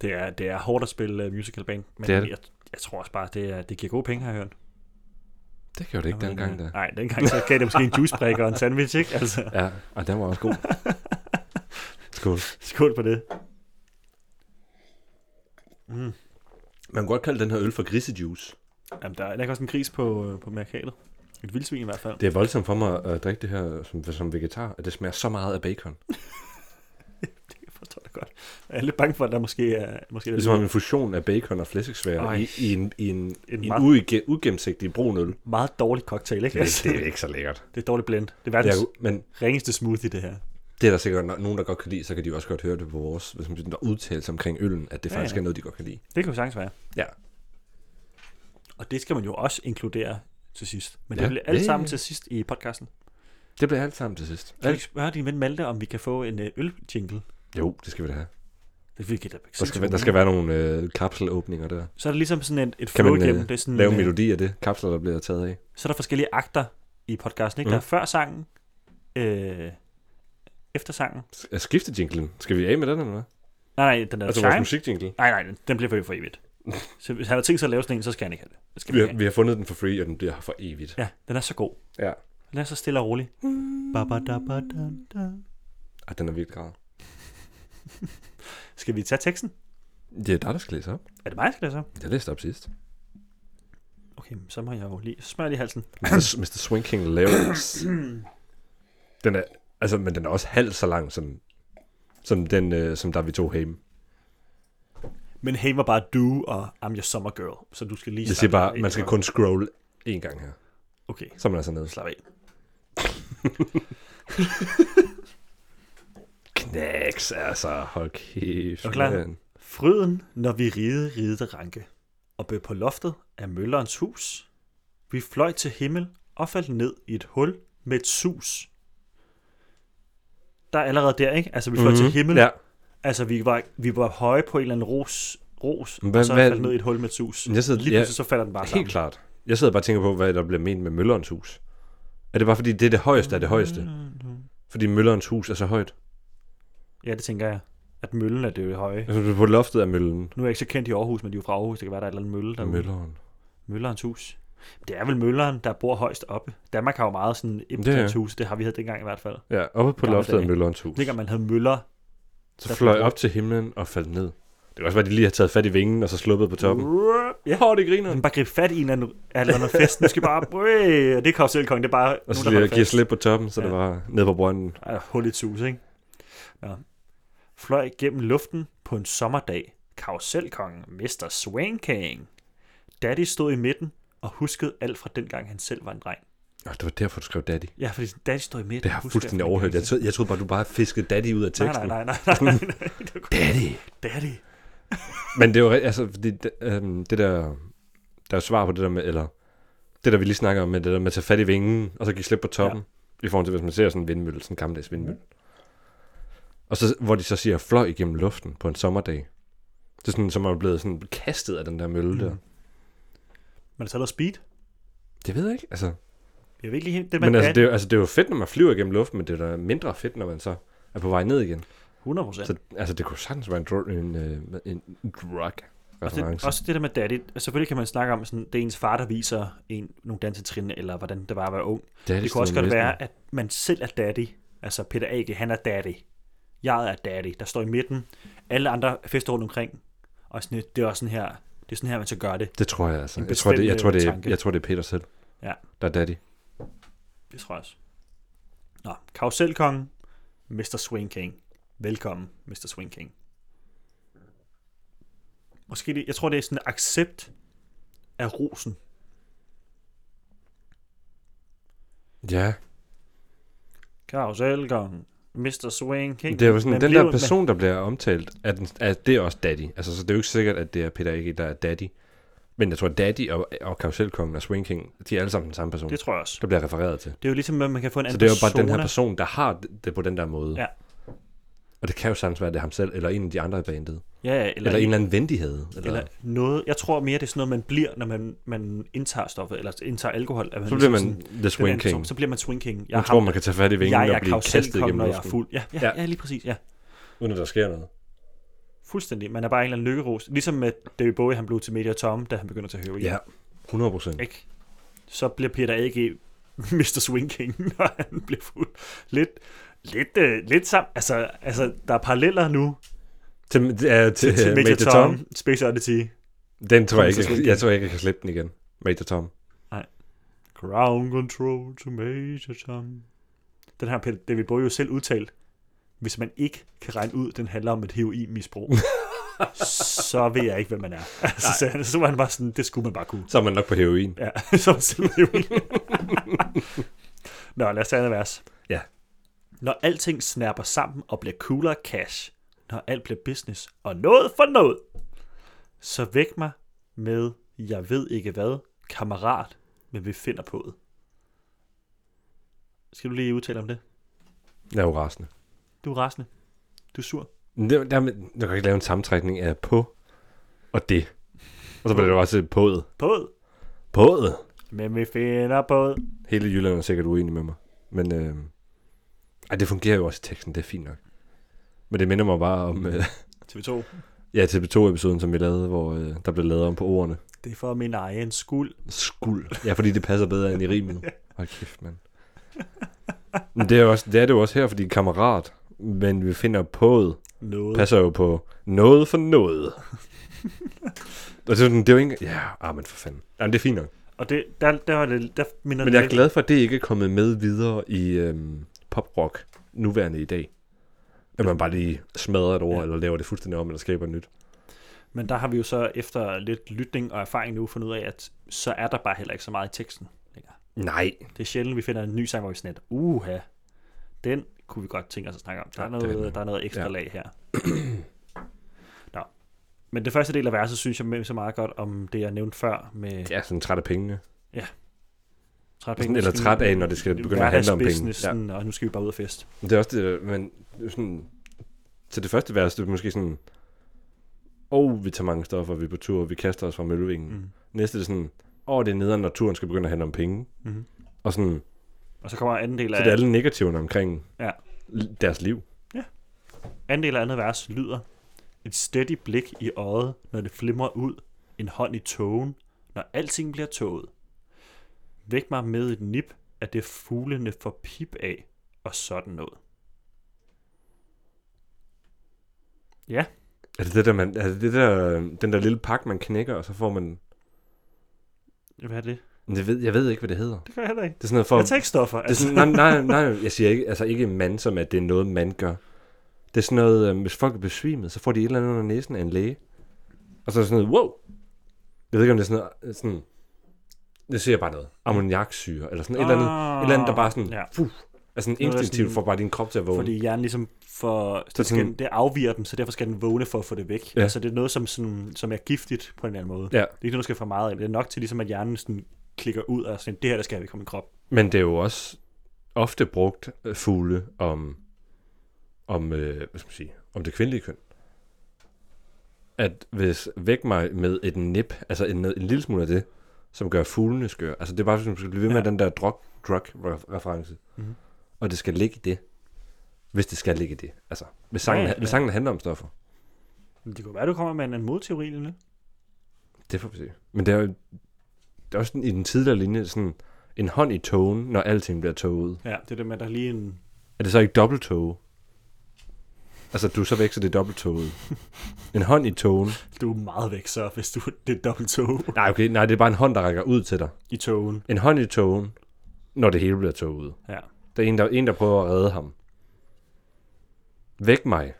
C: Det er, det er hårdt at spille uh, musical band, men
B: Det er det.
C: Jeg, jeg tror også bare, det, er, det giver gode penge, har jeg hørt. øh,
B: Det gjorde det ikke dengang, da.
C: Nej, dengang så gav det måske en juicebræk og en sandwich, ikke? Altså,
B: Ja, og den var også god. Skål.
C: skål på det. Mm.
B: Man kunne godt kalde den her øl for grisejuice.
C: Jamen, der er ikke også en gris på, øh, på mærkatet. Et vildsvin i hvert fald.
B: Det er voldsomt for mig at drikke det her som, som vegetar, at det smager så meget af bacon.
C: Jeg forstår det godt. Jeg er lidt bange for, at der måske er... Måske er
B: Det er som om en fusion af bacon og flæskesvær
C: Ej.
B: i, i, en, i en, en, en
C: meget-
B: uige, ugennemsigtig brun øl.
C: meget dårlig cocktail, ikke? Altså,
B: Det, er- det er ikke så lækkert.
C: det er et dårligt blend. Det er
B: Det
C: verdens
B: er, jo- men
C: ringeste smoothie, det her.
B: det er der sikkert no- nogen, der godt kan lide, så kan de jo også godt høre det på vores hvis man sådan, der udtalelse omkring øllen, at det
C: Ja,
B: faktisk
C: ja.
B: er noget, de godt kan lide.
C: Det kan jo sagtens være.
B: Ja.
C: Og det skal man jo også inkludere til sidst. Men
B: Ja.
C: ja. det bliver alt
B: Ja, ja,
C: sammen
B: ja.
C: til sidst i podcasten.
B: Det bliver alt sammen til sidst.
C: Kan du ikke spørge din ven Malte, om vi kan få en øh, øljingle?
B: Jo, det skal vi da have.
C: Det vil give dig
B: Der skal, være- der skal være nogle øh, kapselåbninger der.
C: Så er det ligesom sådan et, et
B: Kan
C: flow
B: man, øh,
C: igennem. Det er sådan,
B: Lave en
C: øh,
B: melodi af det, kapsler, der bliver taget af.
C: Så er der forskellige akter i podcasten. Ikke?
B: Mm.
C: Der er før sangen, øh, efter sangen.
B: S- er Skiftejinglen. Skal vi af med den, eller hvad?
C: Nej, nej, den
B: Altså
C: der altså,
B: vores
C: chime.
B: musikjingle.
C: Nej, nej, den- den bliver for, for evigt. Så hvis han har tænkt sig at lave sådan en, så skal han ikke have det. det skal
B: Vi
C: vi
B: har,
C: ikke
B: vi har fundet den for free, og den bliver her for evigt.
C: have. Ja, den er så god.
B: Ja.
C: Den er så stille og rolig. Ba-ba-da-ba-da-da.
B: Ej, den er virkelig grad.
C: Skal vi tage teksten?
B: Det er dig, der skal læse op.
C: Er det mig, der skal det så?
B: Jeg læste op sidst.
C: Okay, så må jeg jo lige... Så smører jeg lige halsen.
B: Mr. Mr. Swinking Lawrence. den er, altså, men den er også halvt så lang, som, som den, øh, som der vi tog hjemme.
C: Men Haim var bare du og I'm your summer girl, så du skal lige...
B: Jeg siger
C: slappe
B: bare,
C: af.
B: man skal kun scrolle én gang her.
C: Okay,
B: Så er man altså nede.
C: slap af.
B: Knæks, altså. Hold kæft.
C: Er du klar?
B: mand.
C: Fryden, når vi ride, ride ranke, og bød på loftet af møllerens hus. Vi fløj til himmel og faldt ned i et hul med et sus. Der er allerede der, ikke? Altså, vi fløj mm-hmm. til
B: Mhm,
C: himmel.
B: Ja.
C: Altså, vi var, vi var høje på en eller anden ros, ros
B: Hvad-
C: og så
B: hvad-
C: faldt ned i et hul med et sus.
B: Jeg sidder-
C: Lige
B: ja,
C: pludselig, så falder den bare sammen.
B: Helt klart. Jeg sidder bare og tænker på, hvad der bliver ment med Møllerens hus. Er det bare fordi, det er det højeste af det højeste? Fordi Møllerens hus er så højt.
C: Ja, det tænker jeg. At møllen er det høje.
B: Altså, du er på loftet af møllen.
C: Nu er jeg ikke så kendt i Aarhus, men de er jo fra Aarhus. Det kan være, der er et eller andet mølle derude.
B: Mølleren.
C: Møllerens hus. Det er vel mølleren, der bor højst oppe. Danmark har jo meget sådan et hus. Det har vi havde dengang i hvert fald.
B: Ja, oppe på
C: Gamle
B: loftet af
C: dage.
B: Møllerens hus.
C: Dengang man havde møller.
B: Så
C: der
B: fløj
C: blev
B: op til himlen og faldt ned. Det kan også være, at de lige har taget fat i vingen og så sluppet på toppen.
C: Mm. Ja.
B: Åh, det griner.
C: Man bare gribe fat i en eller anden, eller anden fest. Nu skal bare... Brøh, og det er karusselkongen. Det er bare...
B: Og så
C: nogen, der
B: lige
C: holder
B: at give
C: fast.
B: slip på toppen, så
C: Ja.
B: det var ned på brønden.
C: Ej, hul i et sus, ikke? Nå. Fløj gennem luften på en sommerdag. Karusselkongen, Mr. Swan King. Daddy stod i midten og huskede alt fra dengang, han selv var en dreng.
B: Nå, det var derfor, du skrev daddy.
C: Ja, fordi sådan, Daddy stod i midten.
B: Det har jeg
C: husker
B: fuldstændig
C: fra dengang,
B: overhørt. Jeg
C: han selv-
B: troede, jeg troede bare, du bare fiskede daddy ud af
C: Nej,
B: teksten.
C: nej, nej, nej, nej, nej, nej. Det var-
B: Daddy.
C: Daddy.
B: Men det er jo ri- altså, fordi det, øhm, det der, der er jo svar på det der med, eller det der vi lige snakker om, med det der med at tage fat i vingen, og så give slip på toppen, ja. i forhold til hvis man ser sådan en vindmølle, sådan en gammeldags vindmølle.
C: Mm.
B: Og så, hvor de så siger, fløj igennem luften på en sommerdag. Det er sådan, som man er blevet sådan kastet af den der mølle mm. der.
C: Mhm. Men det er så lavet speed.
B: Det ved jeg ikke, altså.
C: Jeg ved ikke lige helt, det
B: Men, men
C: man
B: altså,
C: altså,
B: det er, jo, altså, det er jo fedt, når man flyver igennem luften, men det er da mindre fedt, når man så er på vej ned igen.
C: 100 procent.
B: Så altså, det kunne sagtens være en, dr- en, øh, en drug
C: Også Altså, det,
B: reference.
C: også det der med daddy, selvfølgelig kan man snakke om, sådan, det er ens far, der viser en nogle dansetrin, eller hvordan det var at være ung.
B: er
C: Det kunne også godt være, at man selv er daddy. Altså Peter Age, han er daddy. Jeg er daddy, der står i midten. Alle andre fester rundt omkring. Og sådan, lidt, det er også sådan her, det er sådan her, man så gør det.
B: Det tror jeg altså.
C: En
B: Jeg tror, det, jeg,
C: bestemt,
B: tror, det,
C: øh,
B: jeg,
C: tanke.
B: jeg tror, det er Peter selv,
C: Ja.
B: der er daddy.
C: Det tror jeg også. Nå, Karusselkongen, Mr. Swing King. Velkommen, Mr. Swing King. Måske det, jeg tror, det er sådan en accept af rosen.
B: Ja,
C: Karusselkongen, Mr. Swing King.
B: det er jo sådan,
C: Man
B: den
C: bliver-
B: der person, der bliver omtalt, er, den, er det er også daddy. Altså, så det er jo ikke sikkert, at det er Peter ikke, der er daddy. Men jeg tror, daddy og, og karusselkongen og Swing King, de er alle sammen den samme person,
C: Man, det tror jeg også.
B: der bliver refereret til.
C: Det er jo ligesom, at man kan få en
B: Så
C: anden
B: det er jo bare den her
C: persona.
B: person, der har det- det på den der måde.
C: Ja.
B: Og det kan jo sagtens være, at det er ham selv, eller en af de andre i bandet.
C: Ja, ja, eller,
B: Eller, eller en eller anden ven, de havde. Eller,
C: Eller noget, jeg tror mere, det er sådan noget, man bliver, når man, man indtager stoffet, eller indtager alkohol. At man
B: så bliver
C: ligesom
B: man The
C: sådan, den anden
B: Swing King.
C: person, så bliver man swing king.
B: Man tror, man kan tage fat i vingen
C: jeg, jeg
B: og
C: er
B: blive kastet
C: karusselkongen,
B: igennem
C: når jeg er
B: luften,
C: fuld. Ja, ja,
B: Ja.
C: ja. ja, lige præcis, ja.
B: uden at der sker noget.
C: Fuldstændig. Man er bare en eller anden lykkeros. Ligesom med David Bowie, han blev til Media Tom, da han begynder at tage heroin.
B: Ja, 100 procent.
C: Ikke? Så bliver Peter A.G. Mr. Swing King, når han bliver fuld. Lidt, lidt, øh, lidt sammen. Altså, altså, der er paralleller nu
B: Til, ja, til,
C: til
B: til
C: Major
B: Major Tom.
C: Tom, Space Oddity,
B: Den tror jeg
C: Tom
B: ikke,
C: Sasvig.
B: jeg, jeg tror ikke, jeg kan slippe den igen. Major Tom.
C: Ground control to Major Tom. Den har Peter David Bowie jo selv udtalt. Hvis man ikke kan regne ud, den handler om et heroinmisbrug, så ved jeg ikke, hvem man er. Altså, så, så var han bare sådan, det skulle man bare kunne.
B: Så er man nok på heroin.
C: Ja, som selve heroin. Nå, lad os tage andet vers.
B: Ja.
C: Når alting snapper sammen og bliver cooler cash, når alt bliver business og noget for noget, så væk mig med, jeg ved ikke hvad, kammerat, men vi finder på det. Skal du lige udtale om det?
B: Jeg er jo rasende.
C: Du er rasende. Du er sur.
B: Men det- Der, med- jeg kan ikke lave en sammentrækning af på og det. Og så bliver det jo også pået.
C: Båd.
B: Pået?
C: Men vi finder på det.
B: Hele Jylland er sikkert uenig med mig. Men øh, ej, det fungerer jo også i teksten, det er fint nok. Men det minder mig bare om øh,
C: TV2.
B: ja, TV2-episoden, som vi lavede, hvor øh, der blev lavet om på ordene.
C: Det er for min egen skuld.
B: Skuld. Ja, fordi det passer bedre end i rimen. Hold kæft, mand. Men det er, jo også, det er det jo også her, fordi kammerat, men vi finder pået.
C: Noget.
B: passer jo på noget for noget. og det er, sådan, det er jo ikke... Ja, ah, men for fanden. Jamen, det er fint nok.
C: Og det, der, der, var det, der minder
B: Men
C: det
B: jeg er
C: lidt-
B: glad for, at det ikke er kommet med videre i øhm, poprock nuværende i dag. At man bare lige smadrer et ord,
C: Ja.
B: eller laver det fuldstændig om, eller skaber nyt.
C: Men der har vi jo så efter lidt lytning og erfaring nu fundet ud af, at så er der bare heller ikke så meget i teksten længere.
B: Nej.
C: Det er sjældent, vi finder en ny sang, hvor vi sådan lidt, uha, den kunne vi godt tænke os at snakke om. Der er
B: Ja, det er
C: noget,
B: den.
C: der er noget ekstra
B: Ja.
C: ja. lag her. Nå. Men den første del af verset synes jeg så meget godt om det, jeg nævnte før med
B: Jeg er sådan træt af pengene.
C: træt
B: Sådan, eller træt af, når det skal begynde at handle om penge. Ja.
C: Ja. Og nu skal vi bare ud og fest.
B: Men Det er også det, men det er jo sådan, til det første vers, det er måske sådan, åh, oh, vi tager mange stoffer, vi er på tur, vi kaster os fra møllevingen. Mm.
C: Mm.
B: Næste det er sådan, åh, oh, det er nederen, når turen skal begynde at handle om penge.
C: Mhm.
B: Og sådan,
C: Og så kommer anden del
B: så det er
C: af,
B: alle negativerne omkring
C: Ja.
B: l- deres liv.
C: anden del af andet vers lyder, et steady blik i øjet, når det flimrer ud, en hånd i tågen, når alting bliver tåget. Væk mig med et nip af det fuglene får pip af, og sådan noget.
B: Er det det der, man, er det det der, øh, den der lille pakke, man knækker, og så får man,
C: Hvad er det?
B: Men jeg ved, jeg ved ikke, hvad det hedder.
C: Det kan jeg heller ikke.
B: Det er sådan noget for,
C: Jeg tager ikke stoffer.
B: det er
C: Altså,
B: sådan, nej, nej, nej, jeg siger ikke, altså ikke mand, som at det er noget, man gør. Det er sådan noget, øh, hvis folk er besvimet, så får de et eller andet under næsen af en læge. Og så er det sådan noget, wow. Jeg ved ikke, om det er sådan noget, øh, sådan, det siger bare noget, ammoniaksyre, eller sådan et eller andet, et eller andet, der bare sådan,
C: Ah, Ja.
B: fuh, altså sådan
C: Noget, der
B: instinktivt
C: sådan-
B: får bare din krop til at vågne.
C: Fordi hjernen ligesom for,
B: Så
C: så skal,
B: sådan-
C: den- det afviger den, så derfor skal den vågne for at få det væk.
B: Ja.
C: Ja. Altså det er noget, som, sådan, som er giftigt på en eller anden måde.
B: Ja,
C: Det er ikke noget, du skal få meget af, men det er nok til ligesom, at hjernen sådan klikker ud og sådan, det her, der skal vi komme i krop.
B: men det er jo også ofte brugt øh, fugle om, om, øh, hvad skal man sige, om det kvindelige køn. At hvis væk mig med et nip, altså en, en lille smule af det, som gør fuglene skøre. Altså det er bare, hvis man skal blive ved med
C: Ja.
B: den der drug, drug re- reference. Mm-hmm.
C: Mhm.
B: Og det skal ligge i det. Hvis det skal ligge i det. Altså, hvis sangen,
C: Ja,
B: ja,
C: ja,
B: ja. Hvis
C: ja.
B: sangen handler om stoffer.
C: Men det kunne være, du kommer med en anden modteori lige nu.
B: Det får vi se. Men det er jo det er også sådan, i den tidligere linje sådan en hånd i togen, når alting bliver toget.
C: Ja, det er det med, at der er lige en...
B: Er det så ikke dobbelttog? Altså, du er så væk, så det er dobbelttoget. En hånd i togen.
C: Du er meget væk så, hvis du det er dobbelt tog
B: Nej, okay, nej, det er bare en hånd, der rækker ud til dig.
C: i togen.
B: En hånd i togen, når det hele bliver toget ud.
C: Ja.
B: Der er en, der, en, der prøver at redde ham. Væk mig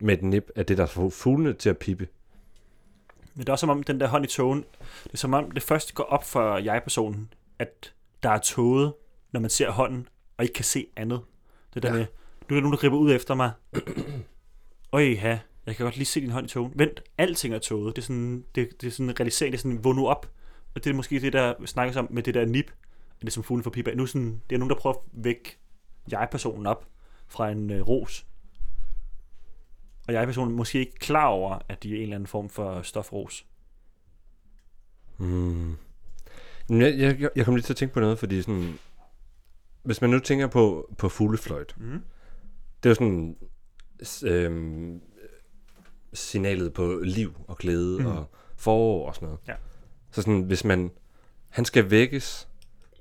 B: med et nip af det, der får fuglene til at pippe.
C: Men det er også som om, den der hånd i togen, det er som om, det først går op for jeg-personen, at der er toget, når man ser hånden, og ikke kan se andet. Det der
B: Ja.
C: ja. med, nu er der nogen, der griber ud efter mig. Øj, ja, jeg kan godt lige se din hånd i togen. Vent, alting er toget. Det er sådan, det, det er sådan en realisering, det er sådan, vågn nu op. Og det er måske det, der snakkes om med det der nip, det er som fuglen for pipa. Nu er sådan, det er nogen, der prøver at vække jeg-personen op fra en øh, ros. Og jeg er personligt måske ikke klar over, at de er en eller anden form for stofros.
B: Mm. Men Jeg, jeg, jeg kom lige til at tænke på noget, fordi sådan, hvis man nu tænker på, på fuglefløjt,
C: Mhm.
B: det er jo sådan s- øhm, signalet på liv og glæde mm. og forår og sådan noget.
C: Ja.
B: Så sådan, hvis man, han skal vækkes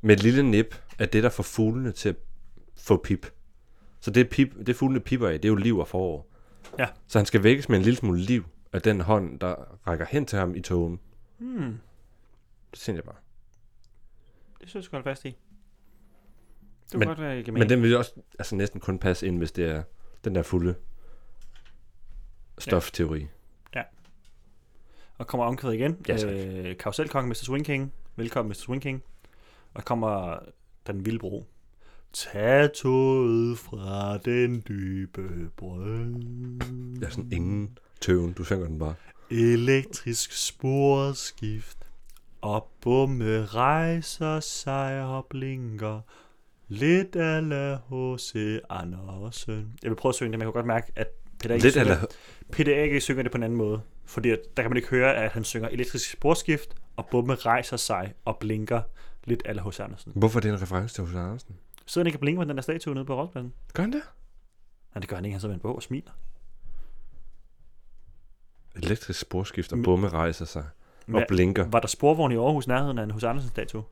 B: med et lille nip af det, der får fuglene til at få pip. Så det, pip, det fuglene pipper af, det er jo liv og forår.
C: Ja.
B: Så han skal vækkes med en lille smule liv af den hånd, der rækker hen til ham i togen.
C: Hmm.
B: Det synes jeg bare.
C: Det synes jeg godt fast i. Det
B: Men-
C: godt være, jeg
B: Men den vil jo også altså næsten kun passe ind, hvis det er den der fulde stofteori.
C: Og kommer omkvædet igen.
B: Ja, tak.
C: øh, Karuselkongen, Mr. Swing King. Velkommen, Mr. Swing King. Og kommer den vilde bro. Tag toget fra den dybe brønd.
B: Ja, sådan ingen tøven. Du synger den bare.
C: Elektrisk sporskift Og bomme rejser sig og blinker Lidt ala H.C. Andersen Jeg vil prøve at synge det, men jeg kunne godt mærke, at Peter Ikke,
B: Lidt
C: synger,
B: eller...
C: Peter ikke synger det på en anden måde Fordi at, der kan man ikke høre, at han synger elektrisk sporskift Og bomme rejser sig og blinker Lidt ala H.C. Andersen
B: Hvorfor er det en reference til H.C. Andersen?
C: Sidder han ikke og blinker med den der statue nede på Rådspladsen?
B: Gør han det?
C: Nej, det gør han ikke, han sidder med en bog og smiler
B: Elektrisk sporskift og
C: Men-
B: bomme rejser sig og
C: Men-
B: blinker.
C: Var der sporvogn i Aarhus i nærheden af en H.C. Andersen statue?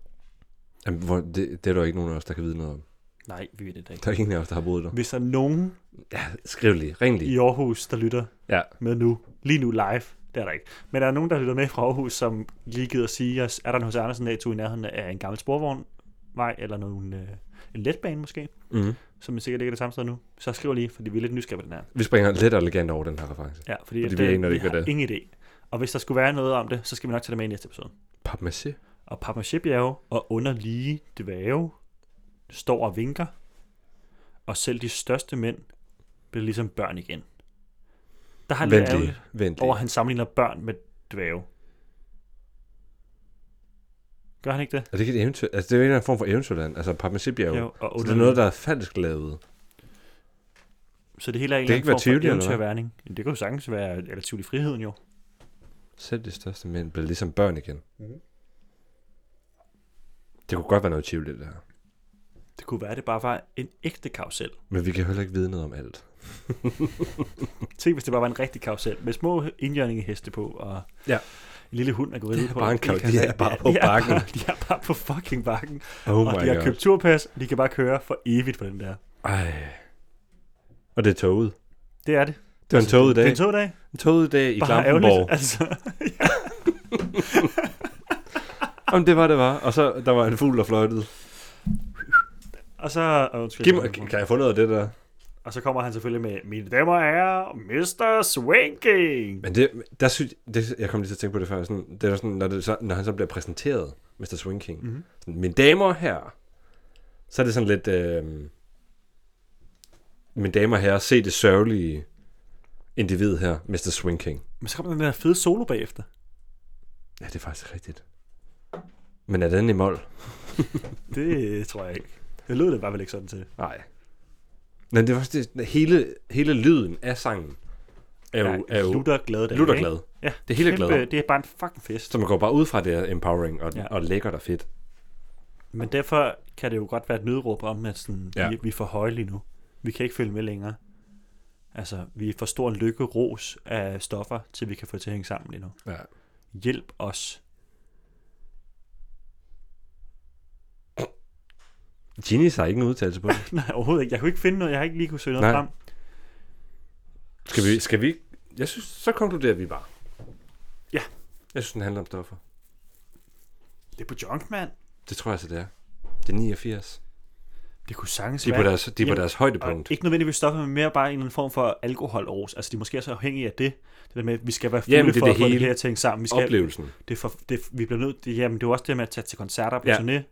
B: Jamen, hvor, det, det, er der jo ikke nogen af os, der kan vide noget om.
C: Nej, vi ved det da ikke
B: Der er ingen af os, der har boet der.
C: Hvis der er nogen,
B: Ja, skriv lige. Ring lige.
C: i Aarhus, der lytter
B: Ja.
C: med nu, lige nu live. Det er der ikke. Men der er nogen, der lytter med fra Aarhus, som lige gider sige os, er der en hos Andersen dato i nærheden af en gammel sporvognvej, eller nogen, øh, en letbane måske,
B: Mm.
C: som sikkert ligger det samme sted nu. Så skriv lige, fordi vi er lidt nysgerrige på den her.
B: Vi springer let og elegant over den her reference.
C: Ja, fordi,
B: Fordi
C: at,
B: vi
C: øh,
B: aner ikke, hvad
C: har
B: det er.
C: ingen idé. Og hvis der skulle være noget om det, så skal vi nok tage det med i næste episode.
B: Papmaché.
C: Og Papmachébjerge og underlige dvæve står og vinker, og selv de største mænd bliver ligesom børn igen. Der har lidt
B: Vent lige.
C: ærgerligt
B: Vent lige.
C: over, at han sammenligner børn med dvæve. Gør han ikke det?
B: Er det ikke et eventyr? Altså, det er jo en eller anden form for eventyrland. Altså, Papmaché-bjerge.
C: Jo, og
B: Så Altså, det er noget, der er falsk lavet.
C: så det hele er
B: Det
C: en
B: kan ikke
C: eller anden
B: være
C: form for
B: Tivoli, eller hvad?
C: eventyrværning. Jamen, Det kan jo sagtens være relativt i friheden jo.
B: Selv de største mænd bliver ligesom børn igen.
C: Mhm.
B: Det kunne godt være noget tvivl, det der.
C: Det kunne være, at det bare var en ægte karusel.
B: Men vi kan heller ikke vide noget om alt.
C: Tænk, hvis det bare var en rigtig karusel med små indjørningeheste på, og
B: Ja.
C: en lille hund, der går ride
B: er
C: på.
B: bare en
C: og
B: karusel.
C: kan-
B: De er bare på
C: de er
B: bakken.
C: Bare, de er bare på fucking bakken.
B: Oh
C: Oh og
B: my
C: de har
B: god.
C: købt turpas, og de kan bare køre for evigt på den der.
B: Ej. Og det er toget.
C: Det er Altså, det.
B: Det var en toget i dag.
C: Det er en togdag.
B: Toget i dag i
C: Bare
B: Klampenborg.
C: ærgerligt. Altså,
B: Jamen, det var det var. Og så der var en fugl, der fløjtede.
C: og så... Oh, undskyld,
B: Giv mig, kan jeg få noget af det der?
C: Og så kommer han selvfølgelig med, mine damer og herrer, Mr. Swanking.
B: Men det, der synes, det, jeg kom lige til at tænke på det før, sådan, det er sådan, når, det, så, når han så bliver præsenteret, Mr. Swing King, mm-hmm. sådan, mine damer her, så er det sådan lidt, øh, mine damer her, se det sørgelige individ her, Mr. Swing King.
C: Men så kommer den der fede solo bagefter.
B: Ja, det er faktisk rigtigt. Men er den i mål?
C: Det øh, tror jeg ikke. Det lød det bare vel ikke sådan til.
B: Nej. Men det var også det, hele, hele lyden af sangen er jo, er jo
C: Luther glad dag.
B: lutter
C: ikke?
B: glad.
C: Ja,
B: Det hele er
C: kæmpe-
B: glad.
C: Det er bare en fucking fest.
B: Så man går bare ud fra, at det er empowering og, ja.
C: Ja.
B: og lækkert og fedt.
C: Men derfor kan det jo godt være et nødråb om, at sådan,
B: Ja.
C: ja. vi, vi er for høje lige nu. Vi kan ikke følge med længere. Altså, vi er for stor en lykke ros af stoffer, til vi kan få det til at hænge sammen lige nu.
B: Ja.
C: Hjælp os.
B: Genius har ikke en udtalelse på det.
C: Nej, overhovedet ikke. Jeg kunne ikke finde noget. Jeg har ikke lige kunne søge noget
B: Nej.
C: Nej. frem.
B: Skal vi, skal vi Jeg synes, så konkluderer vi bare.
C: Ja.
B: Jeg synes, den handler om stoffer.
C: Det er på junk, mand.
B: Det tror jeg så, det er. Det er 89.
C: Det kunne sagtens
B: De er
C: være.
B: på deres, de er på
C: Jamen,
B: deres
C: Og
B: højdepunkt.
C: ikke nødvendigvis stoffer, men mere bare en eller anden form for alkoholros. Altså, de er måske så afhængige af det. Det der med, at vi skal være fulde
B: Jamen, det er
C: for
B: det
C: at få det
B: hele.
C: her ting sammen. Vi skal,
B: Oplevelsen.
C: det er for, det, vi bliver nødt det, jamen, det er jo også det med at tage til koncerter på
B: Ja.
C: ja. turné.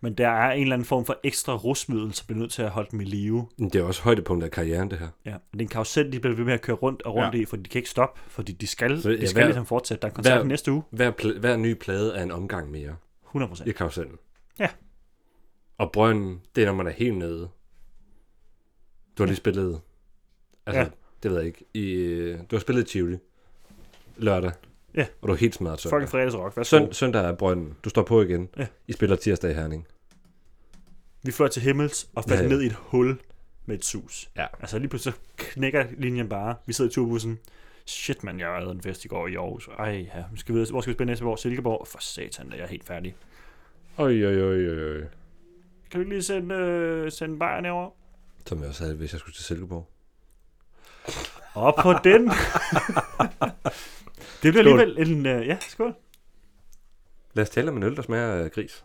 C: Men der er en eller anden form for ekstra rusmiddel, som bliver nødt til at holde dem i live.
B: Men Det er også højdepunktet af karrieren, det her.
C: Ja. Det er en karusel, de bliver ved med at køre rundt og rundt
B: Ja.
C: ja. i, fordi de kan ikke stoppe, fordi de skal,
B: Så,
C: så,
B: ja,
C: de skal
B: hver-
C: ligesom fortsætte. Der er koncert
B: hver-
C: næste uge,
B: Hver, pl- hver ny plade er en omgang mere
C: 100%.
B: i karusellen.
C: Ja.
B: Og brønden, det er, når man er helt nede. Du har lige spillet... Altså,
C: Ja.
B: det ved jeg ikke. I, øh, du har spillet i Tivoli lørdag.
C: Ja.
B: Og du er helt smadret søndag.
C: Fucking fredagsrock, værsgo.
B: Søn, søndag er brønden. Du står på igen.
C: Ja.
B: I spiller tirsdag i Herning.
C: Vi fløj til himmels og faldt
B: Ja,
C: ja,
B: ja.
C: ned i et hul med et sus.
B: Ja.
C: Altså lige pludselig så knækker linjen bare. Vi sidder i turbussen. Shit, man, jeg havde en fest i går i Aarhus. Ej, ja. Nu skal vi, videre. hvor skal vi spille næste år? Silkeborg? For satan, da jeg er helt færdig.
B: Oj, oj, oj, oj, oj.
C: Kan vi lige sende, øh, sende Bayern herover?
B: Som jeg også havde, hvis jeg skulle til Silkeborg.
C: Og på den. det bliver alligevel en... Øh, ja, skål.
B: Lad os tale om en øl, der smager af gris.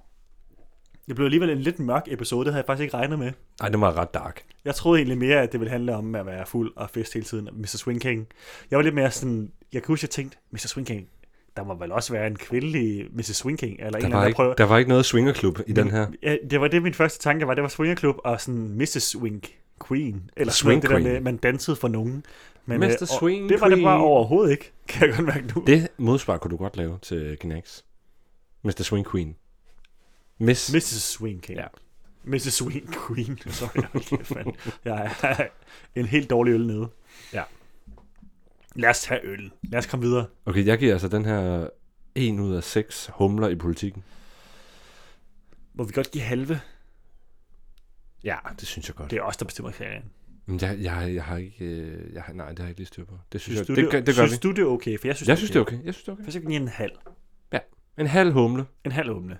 C: Det blev alligevel en lidt mørk episode, det havde jeg faktisk ikke regnet med.
B: Ej, det var ret dark.
C: Jeg troede egentlig mere, at det ville handle om at være fuld og fest hele tiden. Mr. Swing King. Jeg var lidt mere sådan... Jeg kunne huske, jeg tænkte, Mr. Swing King, der må vel også være en kvindelig Mr. Swing King, eller en
B: Der
C: eller
B: var,
C: anden, der
B: ikke,
C: prøver...
B: der var ikke noget swingerklub i den her.
C: Ja, det var det, min første tanke var. Det var swingerklub og sådan Mrs. Swing Queen. Eller
B: Swing
C: swing det der
B: Queen.
C: med, at man dansede for nogen. Men,
B: Mr.
C: øh, og
B: Swing
C: Det var det bare
B: Queen.
C: overhovedet ikke, kan jeg godt mærke nu. Det.
B: Det modsvar kunne du godt lave til Knax. Mr. Swing Queen. Miss. Miss.
C: Mrs. Swing King.
B: Ja.
C: Ja. Mrs. Swing Queen. Sorry, hold kæft, mand. jeg er en helt dårlig øl nede.
B: Ja.
C: Lad os tage øl. Lad os komme videre.
B: Okay, jeg giver altså den her 1 ud af 6 humler i politikken.
C: Må vi godt give halve?
B: Ja, det synes jeg godt.
C: Det er os, der bestemmer kriterien.
B: Men jeg, jeg, jeg har ikke... øh, Jeg har, nej, det har jeg ikke lige styr på. Det synes,
C: Synes,
B: synes
C: du,
B: jeg... Det, gør- det gør
C: synes
B: vi.
C: du, det er okay? For jeg synes,
B: Jeg synes, det er okay. Jeg synes, det er okay.
C: Først kan give en halv.
B: En halv humle.
C: En halv åbne.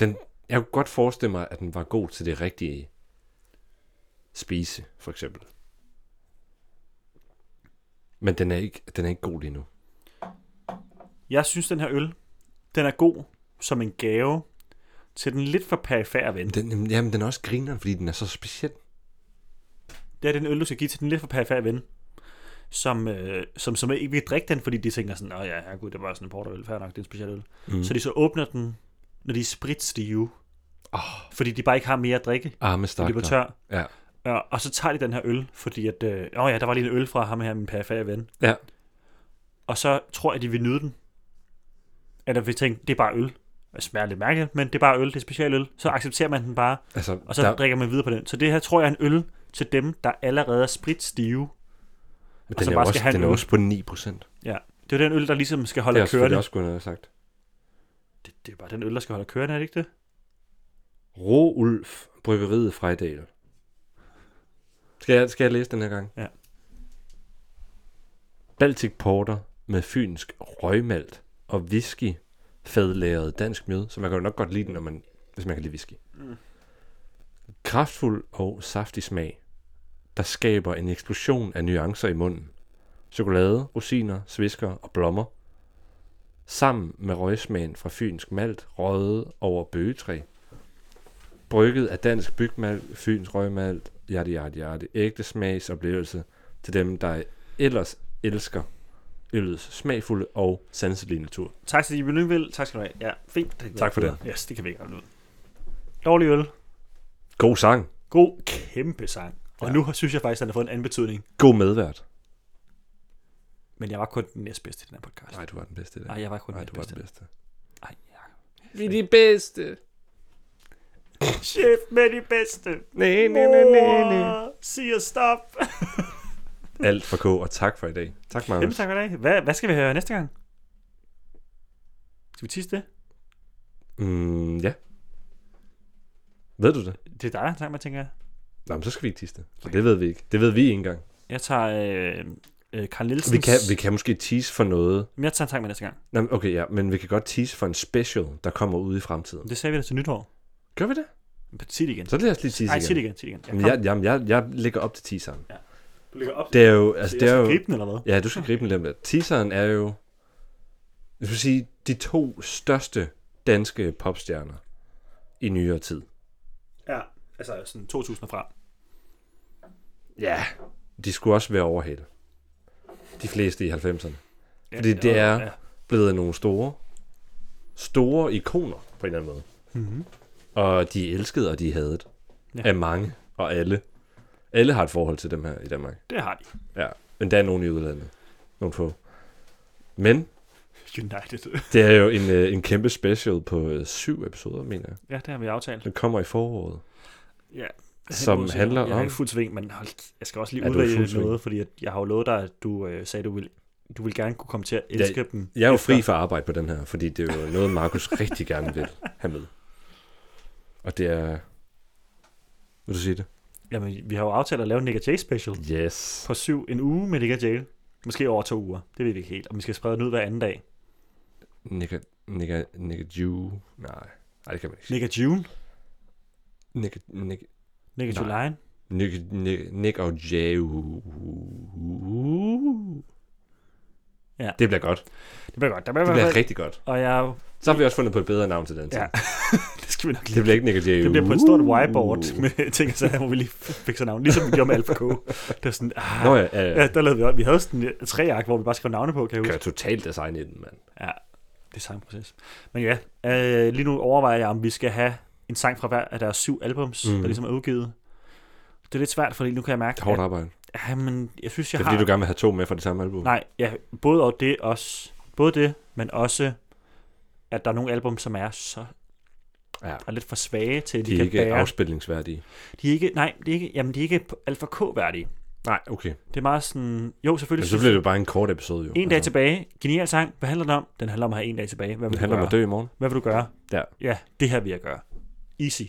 B: Den, jeg kunne godt forestille mig, at den var god til det rigtige spise, for eksempel. Men den er ikke, den er ikke god lige nu.
C: Jeg synes, den her øl, den er god som en gave til den lidt for perifære ven. Det,
B: Den, jamen, jamen, den er også grineren, fordi den er så speciel.
C: det er den øl, du skal give til den lidt for perifære ven. som, øh, som, som ikke vil drikke den, fordi de tænker sådan, åh ja, herregud, det var sådan en porterøl, fair nok, det er en speciel øl. Mm. Så de så åbner den, når de er spritstive, oh. fordi de bare ikke har mere at drikke,
B: Arme
C: de
B: stakker.
C: bliver tør.
B: Ja.
C: Ja, og så tager de den her øl, fordi at, øh, åh ja, der var lige en øl fra ham her, min perifære ven.
B: Ja.
C: Og så tror jeg, de vil nyde den. Eller vil tænke, det er bare øl. Det smager lidt mærkeligt, men det er bare øl, det er speciel øl. Så accepterer man den bare,
B: Altså,
C: og så
B: der,
C: der... drikker man videre på den. Så det her tror jeg er en øl til dem, der allerede er spritstive.
B: men
C: og
B: den,
C: så
B: er jo
C: bare
B: også,
C: skal have
B: den
C: en
B: er
C: øl.
B: også på 9 procent.
C: Ja. Det er jo den øl, der ligesom skal
B: Det
C: holde
B: er
C: og køre
B: selvfølgelig
C: det.
B: også kunne have sagt.
C: det. Det er bare den øl, der skal holde og køre det, er det ikke det?
B: Roulf, bryggeriet Frejdal. Skal jeg, skal jeg læse den her gang?
C: Ja.
B: Baltic Porter med fynsk røgmalt og whisky fadlæret dansk mjød, så man kan jo nok godt lide den, når man, hvis man kan lide whisky. Mm. Kraftfuld og saftig smag, der skaber en eksplosion af nuancer i munden. Chokolade, rosiner, svisker og blommer, sammen med røgsmagen fra fynsk malt, røget over bøgetræ, brygget af dansk bygmalt, fyns røgmalt, yada yada yada, ægte smagsoplevelse til dem, der ellers elsker øllets smagfulde og sanselige natur.
C: Tak til Iben Lyngvild. Tak skal du have. Ja, fint. Det
B: Tak for det.
C: Yes, det kan vi ikke holde ud. Dårlig øl.
B: God sang,
C: God kæmpe sang. Og ja. nu synes jeg faktisk, at den har fået en anden betydning.
B: god medvært.
C: Men jeg var kun den næstbedste i den her podcast.
B: Nej, du var den bedste i dag.
C: Nej, Altså- jeg var kun den
B: Nej du var den
C: næstbedste.
B: bedste.
C: Nej, jeg...
B: Vi er de bedste.
C: Chef med de bedste.
B: Næ, næ, næ, næ, næ.
C: Mor, siger stop.
B: Alt for K, og tak for i dag. Tak,
C: Jamen,
B: Magnus.
C: tak for i dag. Hvad, hvad skal vi høre næste gang? Skal vi tisse det?
B: Mm, ja. Ved du det?
C: Det er dig, der har tanken, jeg tænker. jeg.
B: Nå, men så skal vi ikke tiste. For det ved vi ikke. Det ved vi ikke engang.
C: Jeg tager øh, øh, Carl Nielsens...
B: Vi kan, vi kan måske tease for noget.
C: Men jeg tager en tanke med næste gang.
B: Nå, men okay, ja, men vi kan godt tease for en special, der kommer ude i fremtiden.
C: Det sagde vi da til nytår.
B: Gør vi det?
C: Men Sig det igen.
B: Så lad os lige tease
C: Nej,
B: igen.
C: sig det igen. Sig det igen.
B: Jamen, jeg, jamen, jeg, jeg ligger op til teaseren.
C: Du ligger op.
B: Det er jo... Altså, det er jo
C: Gribe den, eller hvad?
B: ja, du skal gribe den lidt. om lidt. Teaseren er jo... Jeg vil sige, de to største danske popstjerner i nyere tid.
C: Ja. Altså sådan 2000 og frem.
B: Ja. De skulle også være overhalet. De fleste i 90'erne.
C: Ja,
B: Fordi det
C: ja,
B: er-
C: Ja.
B: Blevet nogle store, store ikoner på en eller anden måde.
C: Mm-hmm.
B: Og de er elskede, og de er hadet.
C: Ja.
B: Ja. Af mange og alle. Alle har et forhold til dem her i Danmark.
C: Det har de.
B: Ja. Men der er nogen i udlandet. Nogle få. Men
C: United.
B: Det er jo en, øh, en kæmpe special på øh, syv episoder, mener jeg.
C: ja, det har vi aftalt.
B: Den kommer i foråret.
C: Ja.
B: Som
C: Jeg er
B: handler
C: Jeg er
B: om-
C: i fuld sving, men hold, jeg skal også lige
B: Ja,
C: ja,
B: du er i fuld
C: udvælge
B: sving.
C: noget, fordi at jeg har jo lovet dig, at du øh, sagde, du vil du vil gerne kunne komme til at elske dem.
B: Jeg er jo
C: efter.
B: fri for arbejde på den her, fordi det er jo noget, Markus rigtig gerne vil have med. Og det er... Vil du sige det?
C: Jamen, vi har jo aftalt at lave en Nick Jay special
B: Yes.
C: på syv, en uge med Nick Jay. Måske over to uger. Det ved vi ikke helt. Og vi skal sprede den ud hver anden dag.
B: Nika... Nika... Nika Jew... Nej. Nej, det kan man ikke sige.
C: Nick June.
B: Nika... Nika...
C: Nick
B: Nej.
C: July.
B: Nika... Nika... Nika og Jew...
C: Ja.
B: Det bliver godt.
C: Det bliver godt. Det bliver,
B: Det bliver rigtig godt.
C: Og jeg...
B: Så har vi også fundet på et bedre navn til den ting.
C: Ja. det skal vi nok
B: Det bliver ikke Nika Uh. Jew.
C: Det bliver på et stort whiteboard med ting, så her, hvor vi lige fik navn. Ligesom vi gjorde med Alfa K. Det var sådan, ah,
B: Nå ja, ja, ja.
C: ja, der lavede vi også. Vi havde sådan et treark, hvor vi bare skrev navne på, kan jeg
B: kører
C: huske.
B: totalt design i den, mand.
C: Ja, det er samme proces. Men ja, øh, lige nu overvejer jeg, om vi skal have en sang fra hver af deres syv albums,
B: Mm.
C: mm. der ligesom er udgivet. Det er lidt svært, fordi nu kan jeg mærke,
B: Det er hårdt arbejde.
C: at, ja, men jeg synes,
B: Det
C: jeg
B: er
C: har...
B: fordi, du gerne vil have to med fra det samme album.
C: Nej, ja, både og det også. Både det, men også, at der er nogle album, som er så
B: Ja.
C: er lidt for svage til, at de,
B: De er
C: kan
B: ikke
C: bære.
B: afspillingsværdige.
C: De er ikke, nej, de er ikke, jamen, de er ikke alfa K-værdige.
B: Nej, okay.
C: Det er meget sådan, jo,
B: Men
C: selvfølgelig.
B: så bliver det jo bare en kort episode, jo. Altså,
C: En dag tilbage, genial sang. Hvad handler den om? Den handler om at have en dag tilbage. Hvad vil
B: Det
C: du
B: handler om
C: gøre?
B: at dø i morgen.
C: Hvad vil du gøre?
B: Ja.
C: Ja, det her vil jeg gøre. Easy.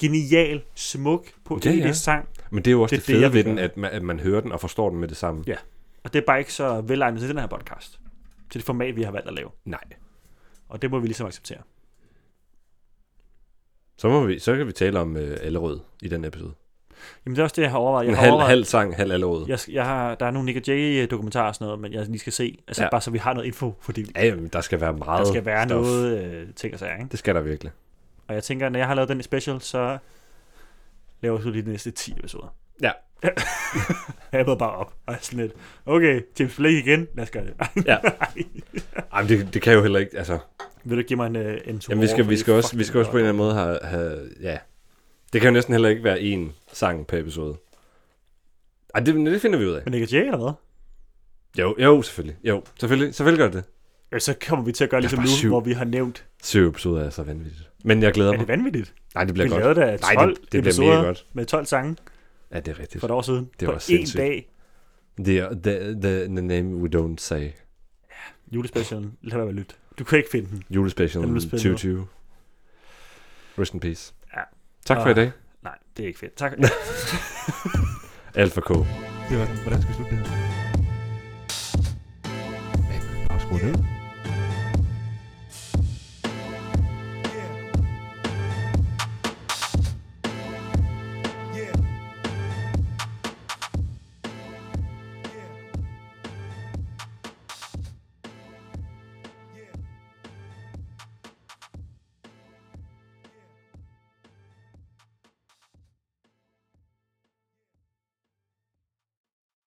C: Genial, smuk, poetisk
B: Ja,
C: ja,
B: ja.
C: ja. sang.
B: Men det er jo også
C: Det
B: det,
C: er
B: det fede
C: det, jeg vil
B: ved den,
C: gøre.
B: at man, at man hører den og forstår den med det samme.
C: Ja. Og det er bare ikke så velegnet til den her podcast. Til det format, vi har valgt at lave.
B: Nej.
C: Og det må vi ligesom acceptere.
B: Så, må vi, så kan vi tale om øh, Allerød i den episode.
C: Jamen, det er også det, jeg har overvejet. Jeg
B: En
C: har
B: halv,
C: overvejet
B: halv sang, halv Allerød. Ja.
C: jeg, skal- jeg har, der er nogle Nick Jay-dokumentarer og sådan noget, men jeg lige skal se. Altså
B: Ja.
C: ja. bare så vi har noget info, fordi
B: ja, jamen, der skal være meget
C: der skal være
B: stof.
C: noget øh, ting og sager, ikke?
B: Det skal der virkelig.
C: Og jeg tænker, når jeg har lavet den special, så laver jeg så lige de næste 10 episoder.
B: Ja,
C: Happede bare op. Og jeg er sådan lidt, okay, James Blake igen, lad os gøre det.
B: Ja. Ej, men det, det kan jo heller ikke, altså...
C: Vil du give mig en, øh, en
B: Jamen, vi
C: tomorrow,
B: skal, vi
C: fordi
B: skal, også,
C: fuck,
B: vi
C: det
B: skal også
C: er
B: på en
C: godt.
B: eller anden måde have, have... Ja. Det kan jo næsten heller ikke være én sang per episode. Ej, det, det finder vi ud af.
C: Men Nick Jay eller hvad?
B: Jo, jo, selvfølgelig. Jo, selvfølgelig, selvfølgelig gør det det.
C: Ja, så kommer vi til at gøre
B: Der er
C: ligesom
B: bare
C: nu,
B: syv.
C: hvor vi har nævnt,
B: Syv episoder er så vanvittigt. Men jeg glæder
C: er det
B: mig.
C: vanvittigt?
B: Nej, det
C: Vi
B: bliver godt.
C: lavede da 12
B: Nej, det, det bliver
C: episoder
B: mega godt.
C: med 12 sange
B: Ja, det er rigtigt.
C: for et år siden.
B: Det
C: på
B: var
C: én
B: sindssygt.
C: dag.
B: Det er the, the, the name we don't say.
C: Julespecialen. Lad være med at lytte. Du kan ikke finde den.
B: Julespecial
C: Den blev spillet.
B: 2020. Rest in peace.
C: Ja. Ah.
B: Tak for
C: Og-
B: i dag.
C: Nej, det er ikke fedt. Tak.
B: Alfa K.
C: det var den. Hvordan skal vi slutte det her?
B: Afskru ned.